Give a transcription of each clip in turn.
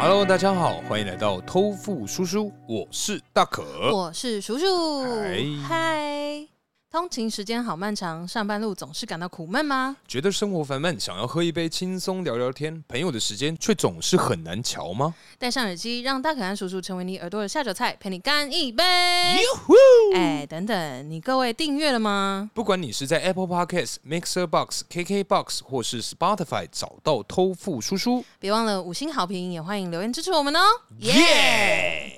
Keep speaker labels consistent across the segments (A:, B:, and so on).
A: Hello，大家好，欢迎来到偷富叔叔，我是大可。
B: 我是叔叔
A: 呃嗨，
B: 嗨。通勤时间好漫长，上班路总是感到苦闷吗？
A: 觉得生活烦闷，想要喝一杯轻松聊聊天，朋友的时间却总是很难瞧吗？
B: 戴上耳机，让大可爱叔叔成为你耳朵的下酒菜，陪你干一杯。哎，等等，你各位订阅了吗？
A: 不管你是在 Apple Podcast、Mixer Box、KK Box 或是 Spotify 找到偷富叔叔，
B: 别忘了五星好评，也欢迎留言支持我们哦。
A: 耶！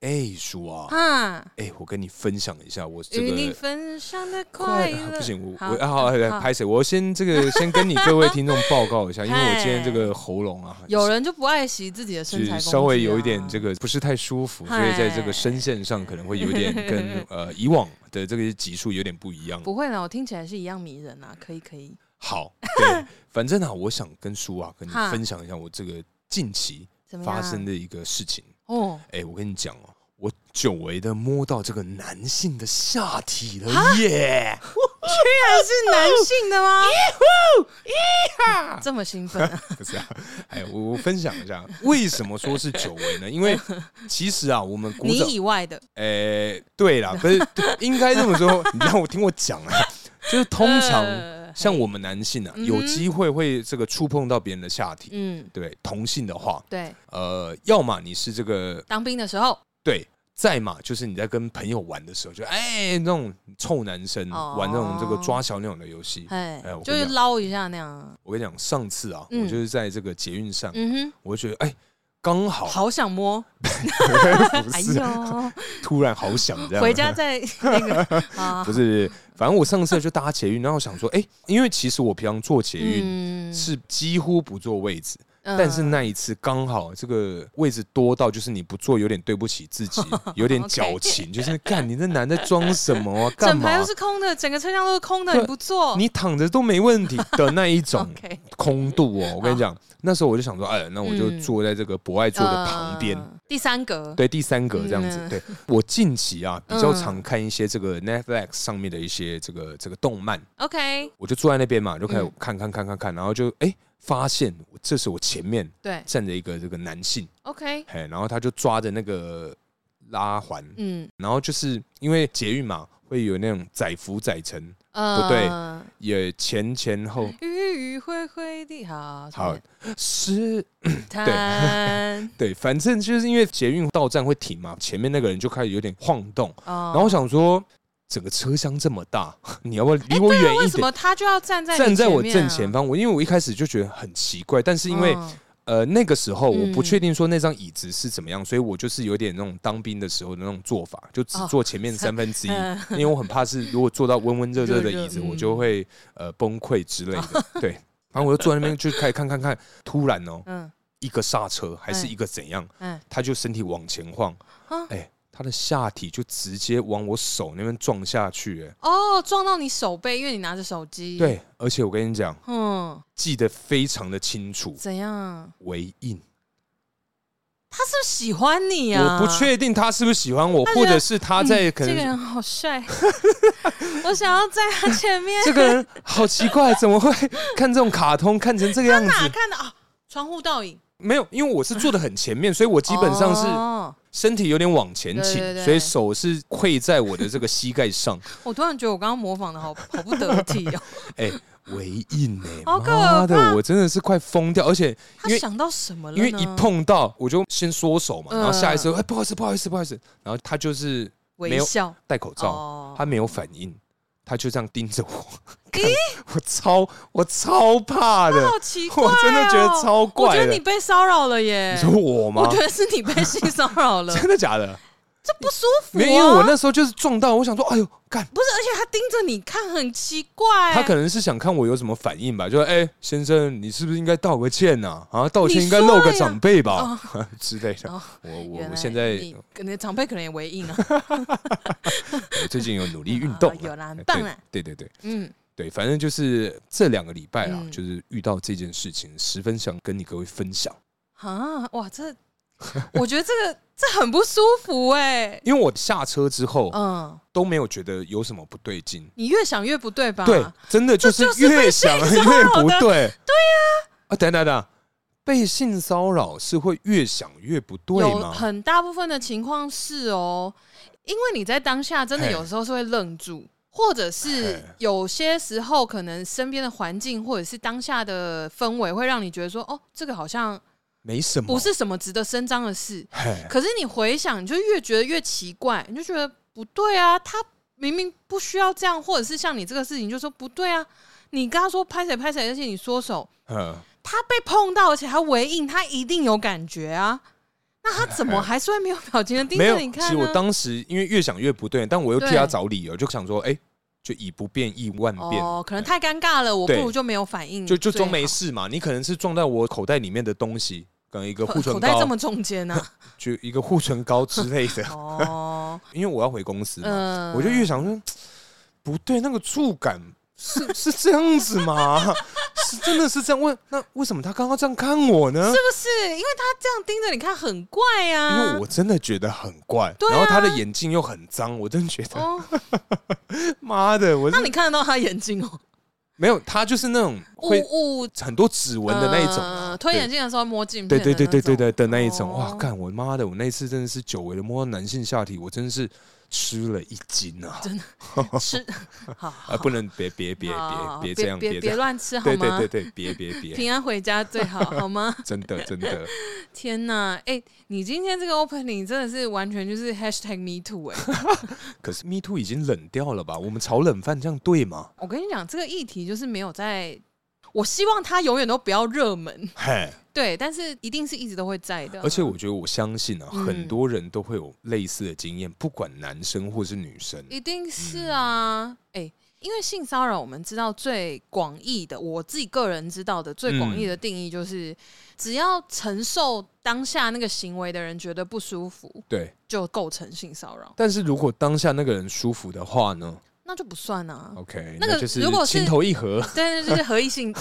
A: 哎，叔啊，
B: 哈，
A: 哎，我跟你分享一下我这
B: 与你
A: 个。
B: 分享的快
A: 啊
B: 乐。
A: 不行，我
B: 好
A: 我啊好来
B: 好
A: 拍谁？我先这个先跟你各位听众报告一 下，因为我今天这个喉咙啊，
B: 有人就不爱惜自己的身材
A: 是
B: 工具啊，
A: 稍微有一点这个不是太舒服，所以在这个声线上可能会有一点 跟呃以往的这个集数有点不一样。
B: 不会啦，我听起来是一样迷人啊，可以可以。
A: 好，对，反正啊，我想跟叔啊跟你
B: 哈
A: 分享一下我这个近期
B: 怎么样？
A: 发生的一个事情。
B: 哦，
A: 哎、我跟你讲哦，我久违的摸到这个男性的下体了耶！
B: 这是男性的吗？这么兴 奋、啊，
A: 不是啊，哎，我我分享一下，为什么说是久违呢？因为其实啊，我们古
B: 你
A: 早
B: 以外的
A: 诶、哎对 啦，不是对应该这么说，你让我听我讲啊，就是通常
B: 呃
A: 像
B: 嘿
A: 我们男性啊，
B: 嗯哼
A: 有机会会这个触碰到别人的下体，
B: 嗯，
A: 对同性的话，
B: 对，
A: 呃，要么你是这个
B: 当兵的时候，
A: 对。再嘛，就是你在跟朋友玩的时候，就哎、那种臭男生、
B: 哦
A: 玩那种这个抓小鸟的游戏。
B: 哎
A: 哎我跟你，
B: 就是
A: 讲
B: 捞一下那样。
A: 我跟你讲，上次啊，
B: 嗯
A: 我就是在这个捷运上，
B: 嗯
A: 我就觉得哎，刚、
B: 哼，
A: 好，
B: 好 想摸，
A: 不
B: 哎
A: 是、
B: 呦，
A: 突然好想这样。
B: 回家再那 个啊，
A: 不是，反正我上次就搭捷运，然后想说，哎、因为其实我平常坐捷运
B: 嗯
A: 是几乎不坐位置，
B: 嗯
A: 但是那一次刚好这个位置多到，就是你不坐有点对不起自 己，有点矫情，就是干你这男的装什 么啊，干
B: 整
A: 嘛
B: 排都？是空的，整个车厢都是空的，
A: 对
B: 你不坐，
A: 你躺着都没问题的那一 种
B: OK
A: 空度哦，我跟你讲，那时候我就想说，哎，那我就
B: 啊嗯
A: 坐在这个博爱座的旁边，
B: 呃第三格，
A: 对，第三格这样子。
B: 嗯
A: 对我近期啊，比较
B: 嗯
A: 常看一些这个 Netflix 上面的一些这个这个动漫，
B: ，OK，
A: 我就坐在那边嘛，就开始
B: 嗯
A: 看看看看看，然后就哎、发现我这时我前面
B: 对
A: 站着一个这个男性，
B: ，OK，
A: 嘿，然后他就抓着那个拉环，
B: 嗯，
A: 然后就是因为捷运嘛，会有那种载浮载沉，
B: 呃，
A: 不对，也前前后
B: 嗯雨雨会会的，好，
A: 好是，
B: 谈，
A: 对，反正就是因为捷运到站会停嘛，前面那个人就开始有点晃动，
B: 然
A: 然后我想说。整个车厢这么大， 你要不要离我
B: 对啊
A: 远
B: 为
A: 一
B: 什
A: 点？
B: 么他就要站在你
A: 站在我
B: 面
A: 正
B: 啊
A: 前？方。我因为我一开始就觉得很奇怪，但是因为
B: 嗯
A: 呃，那个时候我不
B: 嗯
A: 确定说那张椅子是怎么样，所以我就是有点那种当兵的时候的那种做法，就只
B: 哦
A: 坐前 面三分之一，
B: 嗯
A: 因为我很怕是如果坐到温温热热的
B: 热热
A: 椅子，
B: 嗯
A: 我就会呃崩溃之类 的。对，然后我就坐在那边就开始看看看，突然哦，
B: 嗯
A: 一个刹车还是
B: 哎
A: 一个怎样，
B: 嗯，
A: 他就身体往前晃
B: 啊，
A: 哎，他的下体就直接往我手那边撞下去，哎，
B: 哦，撞到你手背，因为你拿着手机。，
A: 对，而且我跟你讲，
B: 嗯，
A: 记得非常的清楚，
B: 怎样？
A: 回应。
B: 他是不是喜欢你啊？
A: 我不确定他是不是喜欢我，
B: 他觉
A: 或
B: 得
A: 者是他在可
B: 嗯这个
A: 能
B: 人好帅， 我想要在他前面。
A: 这个人好奇怪，怎么会看这种卡通看成这个样
B: 哪
A: 子？
B: 看的啊？窗户倒影，
A: 没有，因为我是坐的很前面，所以我基本上是
B: 哦
A: 身体有点往前倾
B: 对对，对
A: 所以手是跪在我的这个膝盖上。
B: 我突然觉得我刚刚模仿的好好不 得体哦。
A: 哎，回应哎，
B: 好可
A: 妈的，
B: 怕
A: 我真的是快疯掉，而且
B: 他
A: 因为。
B: 想到什么了
A: 因
B: 呢？
A: 为一碰到我就先缩手嘛，
B: 嗯
A: 然后下一次哎不好意思不好意思不好意思，然后他就是没
B: 微
A: 有
B: 笑
A: 戴口罩，
B: 哦，
A: 他没有反应，他就这样盯着我，看我超我超怕的，
B: 好奇怪、哦，
A: 我真的觉得超怪
B: 我觉
A: 的。
B: 得你被骚扰了耶！
A: 你说我
B: 我
A: 吗
B: 觉？得是你被性骚扰 了，
A: 真的假的？
B: 这不舒服、啊。
A: 没有，因为我那时候就是撞到，我想说，哎呦，干！
B: 不是，而且他盯着你看，很奇怪。
A: 他可能是想看我有什么反应吧，就说：“哎、先生，你是不是应该道个歉呐、啊？啊，道歉应该露个长辈吧、 之类的。
B: 哦
A: 我我
B: 原来
A: 我现在
B: 你你的长辈可能也回应 啊。
A: 我最近有努力运 动、
B: 啊有啦很棒啊
A: 对对对对
B: 嗯，
A: 对，反正就是这两个礼拜啊，
B: 嗯
A: 就是遇到这件事情，十分想跟你各位分享，
B: 啊，哇，这我觉得这个这很不舒服哎、
A: 因为我下车之后、
B: 嗯，
A: 都没有觉得有什么不对劲，
B: 你越想越不对吧？
A: 对，真的就是
B: 啊这就是
A: 越
B: 被
A: 想
B: 性
A: 越
B: 骚扰
A: 不
B: 的
A: 对，对呀、啊，等等等，被性骚扰是会越想越不对
B: 有
A: 吗？
B: 很大部分的情况是哦，因为你在当下真的
A: 嘿
B: 有时候是会愣住，或者是
A: 嘿
B: 有些时候可能身边的环境或者是当下的氛围会让你觉得说，哦，这个好像
A: 没什么，
B: 不是什么值得伸张的事。
A: 嘿，
B: 可是你回想，你就越觉得越奇怪，你就觉得不对啊，他明明不需要这样，或者是像你这个事情，你就说不对啊，你跟他说拍谁拍谁，而且你缩手，
A: 嗯，
B: 他被碰到，而且还回应，他一定有感觉啊。那他怎么还是会没有表情的盯
A: 没有
B: 着你。
A: 其
B: 看啊
A: 实
B: 呢？
A: 我当时因为越想越不对，但我又替
B: 对
A: 他找理由，就想说，哎、就以不变应万变。
B: 哦，可能太尴尬了，我不
A: 对
B: 如就没有反应，
A: 就就
B: 最好
A: 装没。事嘛，你可能是撞到我口袋里面的东西，跟一个护
B: 口口
A: 唇
B: 袋这
A: 膏，
B: 么中 间呢？
A: 就一个护唇膏之类 的。
B: 哦，
A: 因为我要回公司嘛，
B: 嗯
A: 我就越想说，不对，那个触感是是这样子吗？ 是真的是这样？为那为什么他刚刚这样看我呢？
B: 是不是？因为他这样盯着你看很怪呀、
A: 因
B: 啊。
A: 为我真的觉得很怪，
B: 对啊
A: 然后他的眼睛又很脏，我真的觉得
B: 哦，
A: 妈的，我是
B: 那你看得到他眼睛哦，
A: 没有他就是那种会
B: 雾雾
A: 很多指纹的那一种啊、
B: 呃推
A: 对
B: 眼镜的时候摸镜
A: 对
B: 片
A: 对
B: 的那
A: 对
B: 种，
A: 对对对的那一种，哇！
B: 哦
A: 干我妈的，我那次真的是久违的摸到男性下体，我真的是吃了一惊啊！
B: 吃好
A: 啊，不能别别别
B: 好
A: 别别这样，
B: 哦别
A: 这
B: 别
A: 样，
B: 乱吃好
A: 对
B: 吗？
A: 对对对，别别别，
B: 平安回家最 好好吗？
A: 真的真的，
B: 天呐，哎、你今天这个 opening 真的是完全就是 hashtag me too 哎、
A: 可是 Me Too 已经冷掉了吧？我们炒冷饭这样对吗？
B: 我跟你讲，这个议题就是没有在，我希望它永远都不要热门，
A: 嘿，
B: 对，但是一定是一直都会在的。
A: 而且我觉得我相信啊，
B: 嗯
A: 很多人都会有类似的经验，不管男生或是女生，
B: 一定是
A: 嗯
B: 啊，哎、因为性骚扰我们知道最广义的，我自己个人知道的最广
A: 嗯
B: 义的定义就是，只要承受当下那个行为的人觉得不舒服，
A: 对。
B: 就构成性骚扰，
A: 但是如果当下那个人舒服的话呢
B: 那就不算啊。
A: ？OK，
B: 嗯那个
A: 就是
B: 如果是
A: 情投意合，
B: 对对，就是合 意性，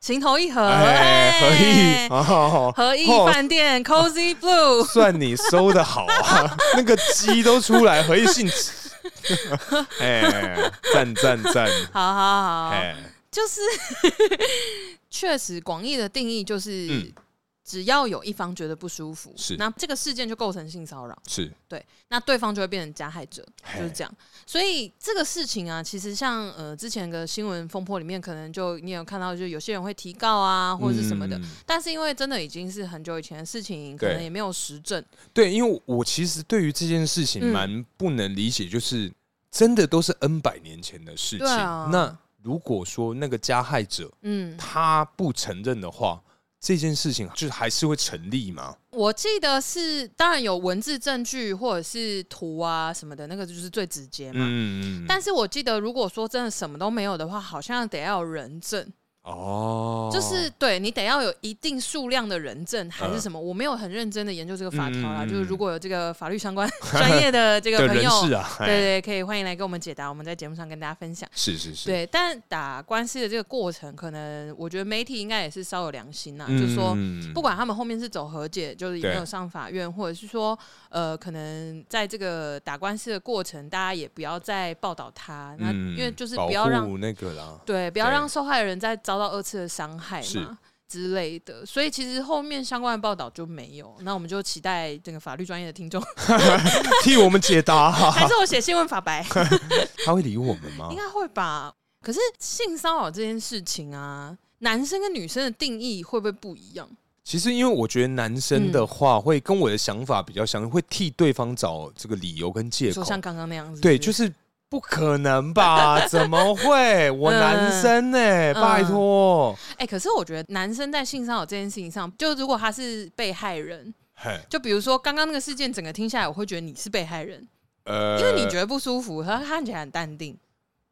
B: 情投意合，
A: 哎，合意，
B: 哎
A: 好好好
B: 合意
A: 哦
B: 饭店 Cozy Blue，
A: 算你收的好 啊，那个鸡都出来，何以信？哎，赞赞赞！
B: 好好好，
A: 哎，
B: 就是 确实广义的定义就是。
A: 嗯
B: 只要有一方觉得不舒服，
A: 是
B: 那这个事件就构成性骚扰，
A: 是
B: 对，那对方就会变成加害者，
A: 嘿
B: 就是这样。所以这个事情啊，其实像呃之前的新闻风波里面，可能就你有看到，就有些人会提告啊，或者是什么的。
A: 嗯
B: 但是因为真的已经是很久以前的事情，可
A: 对
B: 能也没有实证，
A: 对，因为我其实对于这件事情
B: 嗯
A: 蛮不能理解，就是真的都是 N 百年前的事情。
B: 对啊
A: 那如果说那个加害者
B: 嗯，
A: 他不承认的话，这件事情就还是会成立吗？
B: 我记得是，当然有文字证据或者是图啊什么的，那个就是最直接嘛。
A: 嗯，嗯嗯
B: 啊但是我记得，如果说真的什么都没有的话，好像得要有人证，
A: 哦，
B: 就是对你得要有一定数量的人证还是
A: 嗯
B: 什么。我没有很认真的研究这个法条啦，
A: 嗯嗯嗯
B: 就是如果有这个法律相关 专业的这个
A: 的
B: 朋
A: 人
B: 友，
A: 事啊，哎
B: 对对，可以欢迎来跟我们解答，我们在节目上跟大家分享。
A: 是是是，
B: 对，但打官司的这个过程，可能我觉得媒体应该也是稍有良心啦，
A: 嗯，
B: 啊就是说。
A: 嗯
B: 不管他们后面是走和解，就是有没有
A: 对
B: 上法院，或者是说，呃，可能在这个打官司的过程，大家也不要再报道他，那、
A: 嗯
B: 因为就是
A: 保
B: 不要让
A: 护那个啦，
B: 对，不要
A: 对
B: 让受害人再遭到二次的伤害
A: 是
B: 嘛之类的。所以其实后面相关的报道就没有，那我们就期待这个法律专业 的听众，
A: 替我们解答、
B: 还是我写新闻法白，
A: 他会理我们吗
B: 应？该会吧？可是性骚扰这件事情啊，男生跟女生的定义会不会不一样？
A: 其实，因为我觉得男生
B: 嗯
A: 的话会跟我的想法比较相，会替对方找这个理由跟借
B: 说
A: 口。
B: 像刚刚那样子，
A: 对，就是是不可能 吧？怎么会？我男生呢、
B: 嗯
A: 拜托。
B: 哎、可是我觉得男生在性骚扰这件事情上，就如果他是被害人，
A: 嘿，
B: 就比如说刚刚那个事件，整个听下来，我会觉得你是被害人，
A: 呃
B: 因为你觉得不舒服，他看起来很淡定。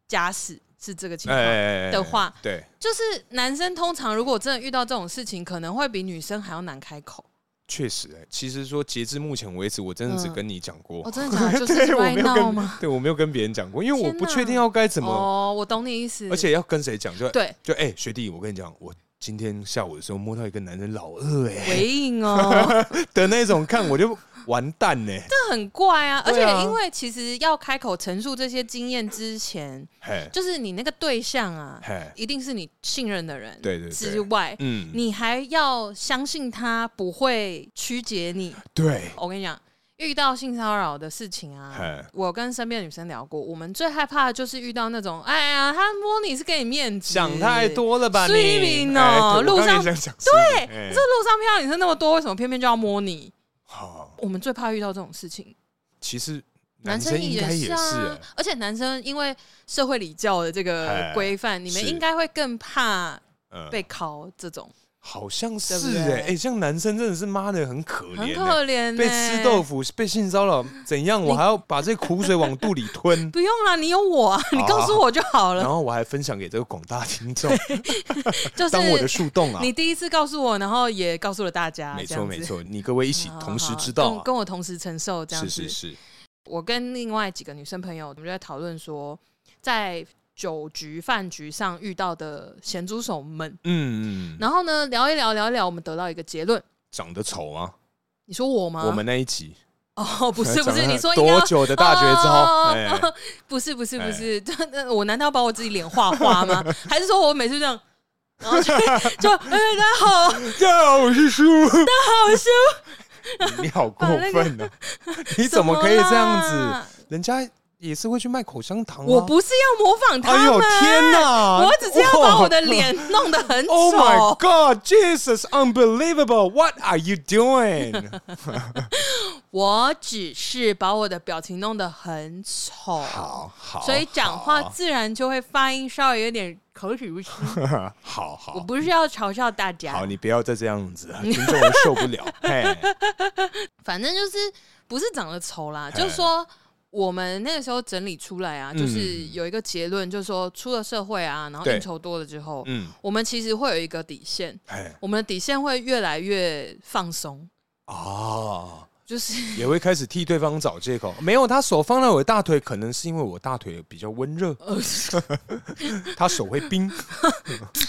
B: 假使是这个情
A: 哎
B: 况，
A: 哎哎
B: 的话
A: 对
B: 就是男生通常如果真的遇到这种事情，可能会比女生还要难开口。
A: 确实、欸，其实说截至目前为止，我真的只
B: 嗯
A: 跟你讲过，
B: 我、真的 假的？就是
A: 对我
B: 歪
A: 没有
B: 闹
A: 跟
B: 吗？
A: 对我没有跟别人讲过，因为我
B: 天
A: 不确
B: 哪
A: 定要该怎么，
B: 哦，我懂你意思。
A: 而且要跟谁讲，就
B: 对
A: 就哎、学弟，我跟你讲，我今天下午的时候摸到一个男人老二哎、
B: 回应哦，
A: 的那种，看我就完蛋欸呢、
B: 这很怪啊！而且
A: 对啊
B: 因为其实要开口陈述这些经验之前，
A: 嘿，
B: 就是你那个对象啊，
A: 嘿，
B: 一定是你信任的人，
A: 对对对
B: 之外，
A: 嗯，
B: 你还要相信他不会曲解你。
A: 对，
B: 我跟你讲，遇到性骚扰的事情啊
A: 嘿，
B: 我跟身边的女生聊过，我们最害怕的就是遇到那种，哎呀，他摸你是给你面子，
A: 想太。多了吧
B: 睡
A: 你？
B: 眠哦
A: 哎对我刚刚
B: 路上
A: 也想讲睡
B: 对，
A: 眠
B: 这
A: 哎
B: 路上漂亮女生那么多，为什么偏偏就要摸你？
A: 好，
B: 我们最怕遇到这种事情。
A: 其实
B: 男
A: 男生应
B: 也
A: 该也是、
B: 啊
A: 哎，
B: 而且男生因为社会礼教的这个
A: 哎
B: 规范，你们
A: 是
B: 应该会更怕
A: 嗯，
B: 被拷这种，
A: 好像是
B: 对不对
A: 哎、哎，这样男生真的是妈的很可
B: 很
A: 怜、哎
B: 可怜、欸。
A: 被吃豆腐，被性骚扰，怎样？我还要把这苦水往肚里吞，
B: 不用了，你有我、啊，你告诉我就好
A: 然
B: 了。
A: 后我还分享给这个广大听 众，
B: 就
A: 当我的
B: 是
A: 树洞啊！
B: 你第一次告诉我，然后也告诉了大家，
A: 没
B: 这
A: 错
B: 样子
A: 没，错，你各位一
B: 一
A: 起同时知道
B: 跟
A: 啊，
B: 跟我同时承受这样
A: 是
B: 子。
A: 是是，
B: 我跟另外几个女生朋友，我们就在讨论说，在酒局、饭局上遇到的咸猪手们。
A: 嗯，嗯
B: 然后呢，聊一聊，聊一聊，我们得到一个结论。
A: 长得丑吗？
B: 你说我吗？
A: 我们那一集
B: 哦，不是不
A: 长得
B: 是，你说应该
A: 多久的大绝招？
B: 哦
A: 哎，
B: 不是不是不是，这 那我难道把我自己脸画花吗？ 还是说我每次这样，然后就就哎大家好，
A: 呀，我是叔，
B: 好羞，
A: 你好过
B: 把
A: 分 呢！你怎么可以这样
B: 怎么
A: 子？
B: 啦？
A: 人家也是会去卖口香糖啊。
B: 我不是要模仿他
A: 哎呦
B: 们，
A: 天哪！
B: 我只是要把我的
A: 哇
B: 脸弄得很
A: Oh my
B: 丑。
A: God, Jesus, unbelievable! What are you doing?
B: 我只是把我的表情弄得很丑，
A: 好好，
B: 所以讲话自然就会发音稍微有点口齿不清。
A: 好
B: 我
A: 好
B: 不是要嘲笑大家，
A: 好，你不要再这样子，听众会受不 了。嘿，
B: 反正就是不是长得丑啦，
A: 嘿
B: 就是说我们那个时候整理出来啊，
A: 嗯
B: 就是有一个结论，就是说出了社会啊，然后
A: 对
B: 应酬多了之后，
A: 嗯，
B: 我们其实会有一个底线，
A: 嘿
B: 我们的底线会越来越放松，
A: 啊，
B: 就是
A: 也会开始替对方找借口。没有，他手放在我的大腿，可能是因为我大腿比较温热，
B: 呃
A: 他手会冰。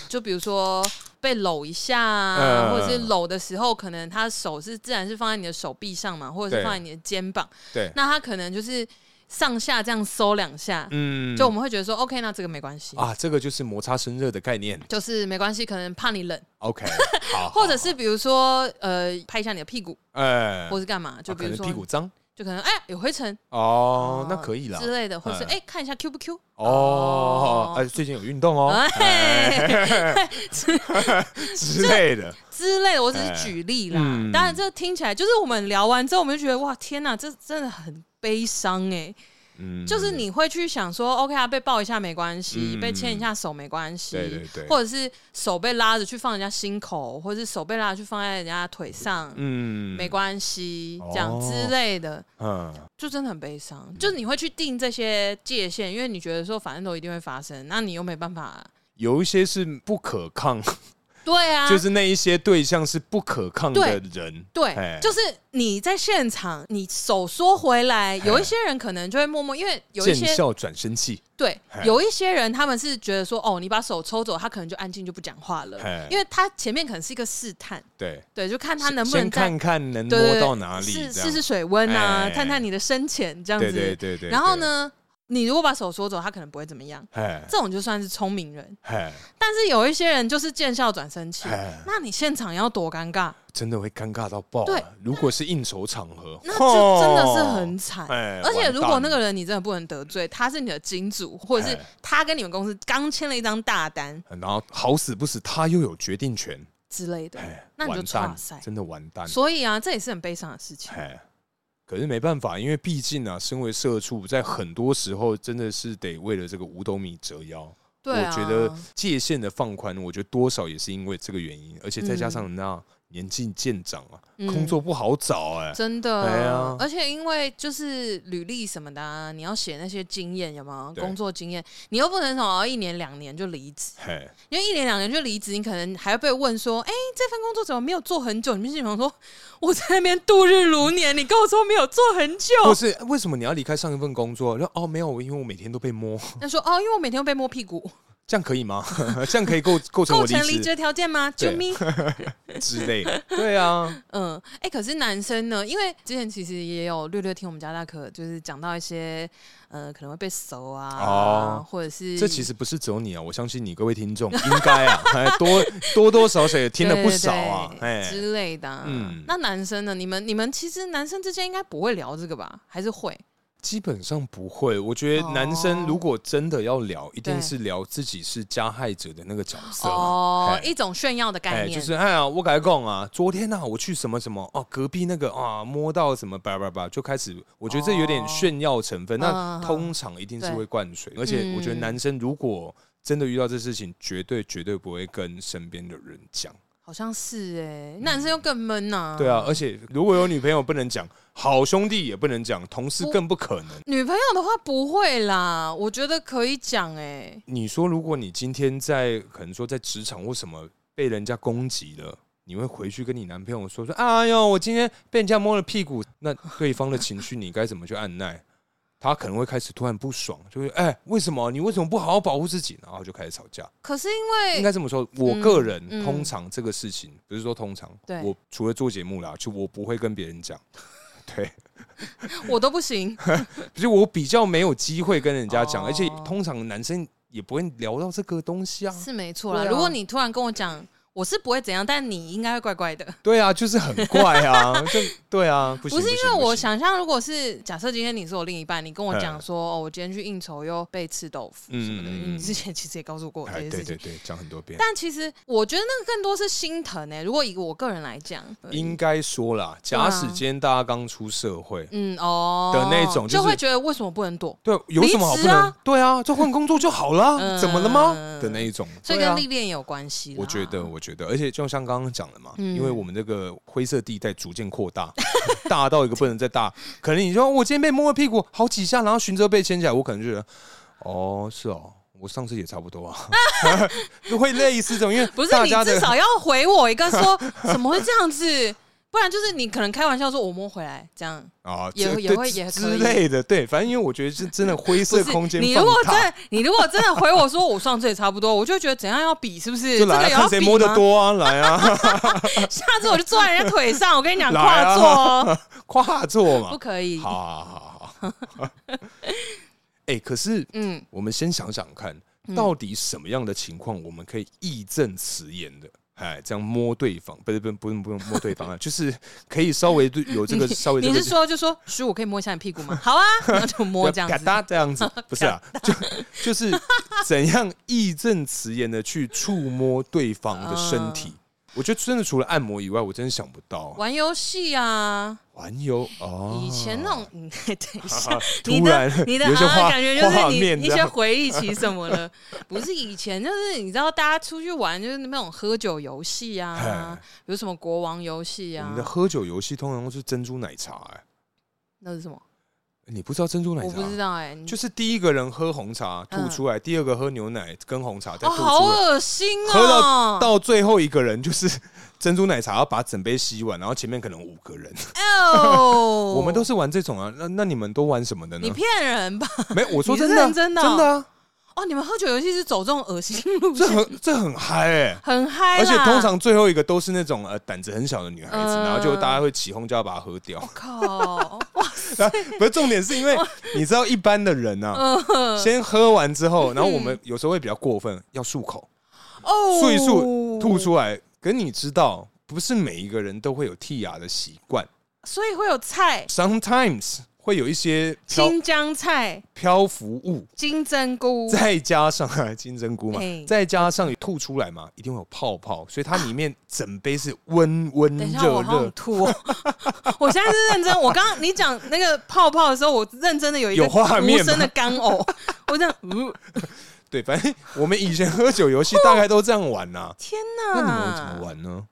B: 就比如说被搂一下啊，
A: 嗯
B: 或者是搂的时候，可能他手是自然是放在你的手臂上嘛，或者是
A: 对
B: 放在你的肩膀，
A: 对，
B: 那他可能就是上下这样收两下，
A: 嗯，
B: 就我们会觉得说 OK，那这个没关系。
A: 啊，这个就是摩擦生热的概念。
B: 就是没关系，可能怕你冷，
A: OK，好，
B: 或者是比如说呃拍一下你的屁股，
A: 哎，
B: 或是干嘛，就
A: 啊可
B: 比如
A: 能
B: 说
A: 屁股脏
B: 就可能哎有灰尘
A: 哦，那可以啦。
B: 之类的，或是
A: 嗯
B: 哎看一下 Q 不 Q
A: 哦，哎，最近有运动哦
B: 哎
A: 之类的，
B: 之类的，我只是举例啦
A: 哎。嗯
B: 当然这听起来就是我们聊完之后，我们就觉得哇天哪，这真的很悲伤哎，
A: 嗯，
B: 就是你会去想说 OK 啊被抱一下没关系，
A: 嗯
B: 被牵一下手没关系，
A: 对对对
B: 或者是手被拉着去放人家心口，或者是手被拉着去放在人家腿上。
A: 嗯
B: 没关系，
A: 哦
B: 这样之类的，
A: 嗯，
B: 就真的很悲伤。就是你会去定这些界限，因为你觉得说反正都一定会发生，那你又没办法。
A: 有一些是不可抗，
B: 对啊，
A: 就是那一些对象是不可抗的人，
B: 对
A: 哎，
B: 就是你在现场，你手缩回来，有一些人可能就会默默，因为有一
A: 见
B: 些
A: 效转身器，
B: 对
A: 嘿，
B: 有一些人他们是觉得说，哦，你把手抽走，他可能就安静就不讲话了
A: 嘿，
B: 因为他前面可能是一个试探，
A: 对，
B: 对，就看他能不能
A: 先
B: 在
A: 看看能
B: 对对
A: 摸
B: 对
A: 到哪里，
B: 试
A: 这样
B: 试试水温啊，
A: 哎
B: 探探你的深浅这样
A: 对对
B: 子。
A: 对对，
B: 然后呢，你如果把手缩走，他可能不会怎么样，
A: 对？哎
B: 这种就算是聪明人。
A: 哎
B: 但是有一些人就是见笑转生气
A: 哎，
B: 那你现场要多尴尬，
A: 真的会尴尬到爆啊，
B: 对
A: 如果是应酬场合，
B: 那
A: 吼
B: 就真的是很惨。
A: 哎
B: 而且
A: 完蛋
B: 如果那个人你真的不能得罪，他是你的金主，或者是
A: 哎
B: 他跟你们公司刚签了一张大单
A: 然后好死不死他又有决定权，
B: 之类的
A: 哎，
B: 那你就
A: 完蛋
B: 哇塞。
A: 真的完蛋，
B: 所以啊，这也是很悲伤的事情。
A: 哎，可是没办法，因为毕竟啊，身为社畜，在很多时候真的是得为了这个五斗米折腰。
B: 对
A: 我
B: 啊，
A: 觉得界限的放宽，我觉得多少也是因为这个原因，而且再加上那、年纪渐长啊，
B: 嗯
A: 工作不好找哎、
B: 真的，
A: 哎呀
B: 而且因为就是履历什么的、啊，你要写那些经验有没有
A: 对
B: 工作经验，你又不能什么一年两年就离职，
A: 嘿，
B: 因为一年两年就离职，你可能还要被问说，哎、这份工作怎么没有做很久？你们心想说，我在那边度日如年，你跟我说没有做很久，
A: 或是为什么你要离开上一份工作？然后哦，没有，因为我每天都被摸，
B: 他说哦，因为我每天都被摸屁股，
A: 这样可以吗？ 这样可以构构成
B: 构
A: 我离
B: 成离职
A: 职
B: 的条件吗？救
A: 对
B: 命！
A: 之类的？对啊，
B: 嗯，哎、可是男生呢？因为之前其实也有略略听我们家大可就是讲到一些，呃，可能会被熟啊，
A: 哦
B: 或者是
A: 这其实不是只有你啊，我相信你各位听众应该啊， 哎多多多少少也听了不少啊
B: 对，对
A: 哎，
B: 之类的、嗯
A: 嗯，
B: 那男生呢？你们你们其实男生之间应该不会聊这个吧？还是会？
A: 基本上不会。我觉得男
B: 哦
A: 生如果真的要聊，一定
B: 对
A: 是聊自己是加害者的那个角色嘛
B: 哦，
A: 嘿
B: 一种炫耀的概
A: 哎，
B: 念，
A: 就是哎呀，我改讲啊，昨天呐、啊，我去什么什么哦，隔壁那个啊，摸到什么叭叭叭，就开始，我觉得这有点炫耀成分。
B: 哦嗯
A: 那
B: 嗯嗯
A: 通常一定是
B: 对
A: 会灌水，而且我觉得
B: 嗯
A: 男生如果真的遇到这事情，绝对绝对不会跟身边的人讲。
B: 好像是哎、男生又更闷呐、
A: 嗯对啊，而且如果有女朋友不能讲，好兄弟也不能讲，同事更不可能。
B: 女朋友的话不会啦，我觉得可以讲哎、
A: 你说，如果你今天在可能说在职场或什么被人家攻击了，你会回去跟你男朋友说说，哎呦，我今天被人家摸了屁股，那对方的情绪你该怎么去按耐？他可能会开始突然不爽，就会哎、为什么你为什么不好好保护自己？然后就开始吵架。
B: 可是因
A: 应
B: 为
A: 该这么说，我个人
B: 嗯
A: 通常这个事情，不是说通常
B: 对，
A: 我除了做节目啦，就我不会跟别人讲。 对，
B: 我都不 行，
A: 就是我比较没有机会跟人家讲，
B: 哦
A: 而且通常男生也不会聊到这个东西啊。
B: 是没错啦。
A: 对啊
B: 如果你突然跟我讲，我是不会怎样，但你应该会怪怪的。
A: 对啊，就是很怪 啊，就对啊，不行，
B: 不是因为
A: 行
B: 我
A: 不行
B: 想象，如果是假设今天你是我另一半，你跟我讲
A: 嗯
B: 说，哦，我今天去应酬又被吃豆腐什么
A: 嗯
B: 的，
A: 嗯嗯
B: 因为你之前其实也告诉过我这
A: 哎，
B: 些
A: 对
B: 事
A: 对
B: 情。
A: 对，讲很多遍，
B: 但其实我觉得那个更多是心疼哎、如果以我个人来讲，
A: 应该说啦，假使今天大家刚出社会，
B: 啊嗯哦
A: 的那种就
B: 就是会觉得为什么不能躲？
A: 对，有什么好不
B: 离职
A: 能？
B: 啊
A: 对啊，就换工作就好啦，
B: 嗯
A: 怎么了吗？的那一种，
B: 所以
A: 对
B: 跟
A: 啊
B: 历练有关系啦。
A: 我觉得，我觉得，而且就像刚刚讲的嘛，
B: 嗯
A: 因为我们这个灰色地带逐渐扩大， 大到一个不能再大。可能你说我今天被摸了屁股好几下，然后循着被牵起来，我可能就觉得，哦，是哦，我上次也差不多 啊， 会类似这种，因为
B: 不是
A: 大
B: 你
A: 家的
B: 至少要回我一 个说怎么会这样子，不然就是你可能开玩笑说我摸回来这样。
A: 啊，
B: 也
A: 这
B: 也
A: 对
B: 会也可
A: 之
B: 以
A: 类的，对，反正因为我觉得是真的灰
B: 不
A: 色
B: 是
A: 空间
B: 你
A: 放
B: 如果真
A: 大，
B: 的你如果真的回我说我上次也差不多，我就会觉得怎样要比是不是？
A: 就
B: 这
A: 来
B: 个
A: 啊
B: 也要
A: 看谁
B: 比
A: 摸
B: 吗
A: 的多啊，来啊，
B: 下次我就坐在人家腿上，我跟你讲，
A: 来
B: 跨
A: 啊
B: 坐哦，
A: 跨坐
B: 不
A: 嘛，
B: 可以。
A: 好好好好好， 哎，可是
B: 嗯，
A: 我们先想想看，到底什么样的情况我们可以义正辞严的，哎，这样摸对方，不是不是不用不用摸对方啊，就是可以稍微对有这个稍微这
B: 你
A: 个
B: 是说就说，叔，我可以摸一下你屁股吗？好啊，然后就摸这样
A: 嘎
B: 子。
A: 哒这样 子，不是啊，就就是怎样义正辞严的去触摸对方的身体。
B: 嗯
A: 我觉得真的除了按摩以外，我真的想不到
B: 玩游戏啊，
A: 玩游哦，
B: 以前那种，嗯， 等一下，
A: 突
B: 你的
A: 然
B: 你的
A: 有一些
B: 啊，
A: 画
B: 感觉就是
A: 画
B: 你
A: 面
B: 一
A: 这
B: 些
A: 样
B: 回忆起什么 了？不是以前，就是你知道大家出去玩，就是那种喝酒游戏啊
A: 嗨，
B: 有什么国王游戏
A: 我
B: 啊
A: 们的，喝酒游戏通常都是珍珠奶茶，哎，
B: 那是什么？
A: 你不知道珍珠奶茶？
B: 我不知道哎，你
A: 就是第一个人喝红茶
B: 嗯
A: 吐出来，第二个喝牛奶跟红茶再
B: 哦，
A: 吐出
B: 好
A: 来，
B: 恶心
A: 喝到
B: 哦！
A: 到最后一个人就是珍珠奶茶，要把整杯吸完，然后前面可能五个人，
B: 哦
A: 我们都是啊玩这种啊。那那你们都玩什么的呢
B: 你？骗人吧？
A: 没有，我说
B: 你是
A: 真的啊，
B: 认真的哦
A: 真的啊，
B: 哦，你们喝酒游戏是走这种恶心路
A: 这
B: 线，
A: 很这很嗨哎。
B: 很嗨啦，
A: 而且通常最后一个都是那种呃胆子很小的女孩子，
B: 嗯哦
A: 然后就大家会起哄就要把它喝掉。
B: 靠，
A: 不是重点是因
B: 哦
A: 为你知道一般的人啊，
B: 嗯
A: 先喝完之后，然后我们有时候会比较过分，要漱口。
B: 哦，
A: 漱一漱吐，出来。可你知道，不是每一个人都会有剔牙的习惯
B: 所以会有菜
A: ，sometimes 会有一些漂
B: 青江菜、
A: 漂浮物，
B: 金针菇，
A: 再加上啊金针菇嘛
B: 嘿，
A: 再加上吐出来嘛，一定会有泡泡，所以它里面整杯是温温
B: 等一
A: 嗯
B: 下，
A: 热
B: 我好想
A: 热，
B: 吐、哦。 我现在是认真，我刚刚你讲那个泡泡的时候，我认真的有一个
A: 有画
B: 无
A: 面吗
B: 声的干呕，我这样，呃
A: 对，反正我们以前喝酒游戏大概都这样玩 呐。
B: 天
A: 那
B: 哪！
A: 你们怎么？玩呢？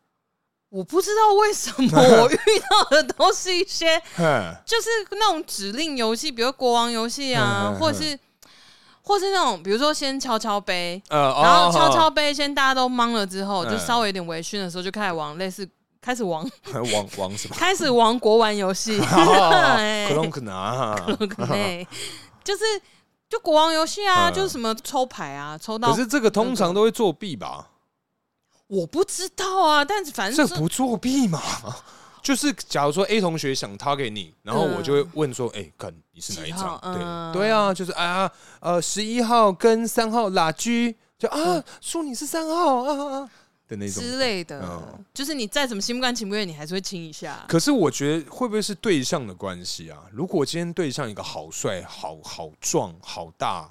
B: 我不知道为什 么我遇到的都是一些
A: 哼
B: 就是那种指令游戏，比如国王游戏啊
A: 嗯嗯，嗯
B: 或者是或是那种比如说先敲敲杯，
A: 呃，
B: 然后
A: 哦
B: 敲敲杯，先大家都懵了之后，
A: 嗯
B: 就稍微有点微醺的时候，就开始玩类似开始玩
A: 王王什么？哦
B: 开始玩国玩游 戏，哎
A: 克隆克拿，
B: 可 能就是就国王游戏啊，
A: 嗯
B: 就是什么抽牌啊，抽到
A: 可是这个通常都会作弊吧？
B: 我不知道啊，但是反
A: 这
B: 正
A: 不作弊嘛？ 就是假如说 A 同学想他给你，然后我就会问说：“哎、看你是哪一
B: 嗯几
A: 张
B: 号？”嗯
A: 对对啊，就是啊呃十一号跟三号拉居，就啊说你是三号啊啊啊的那种。
B: 嗯之类的
A: 嗯，
B: 就是你再怎么心不甘情不愿，你还是会亲一下。
A: 可是我觉得会不会是对象的关系啊？如果今天对象一个好帅、好好壮、好大，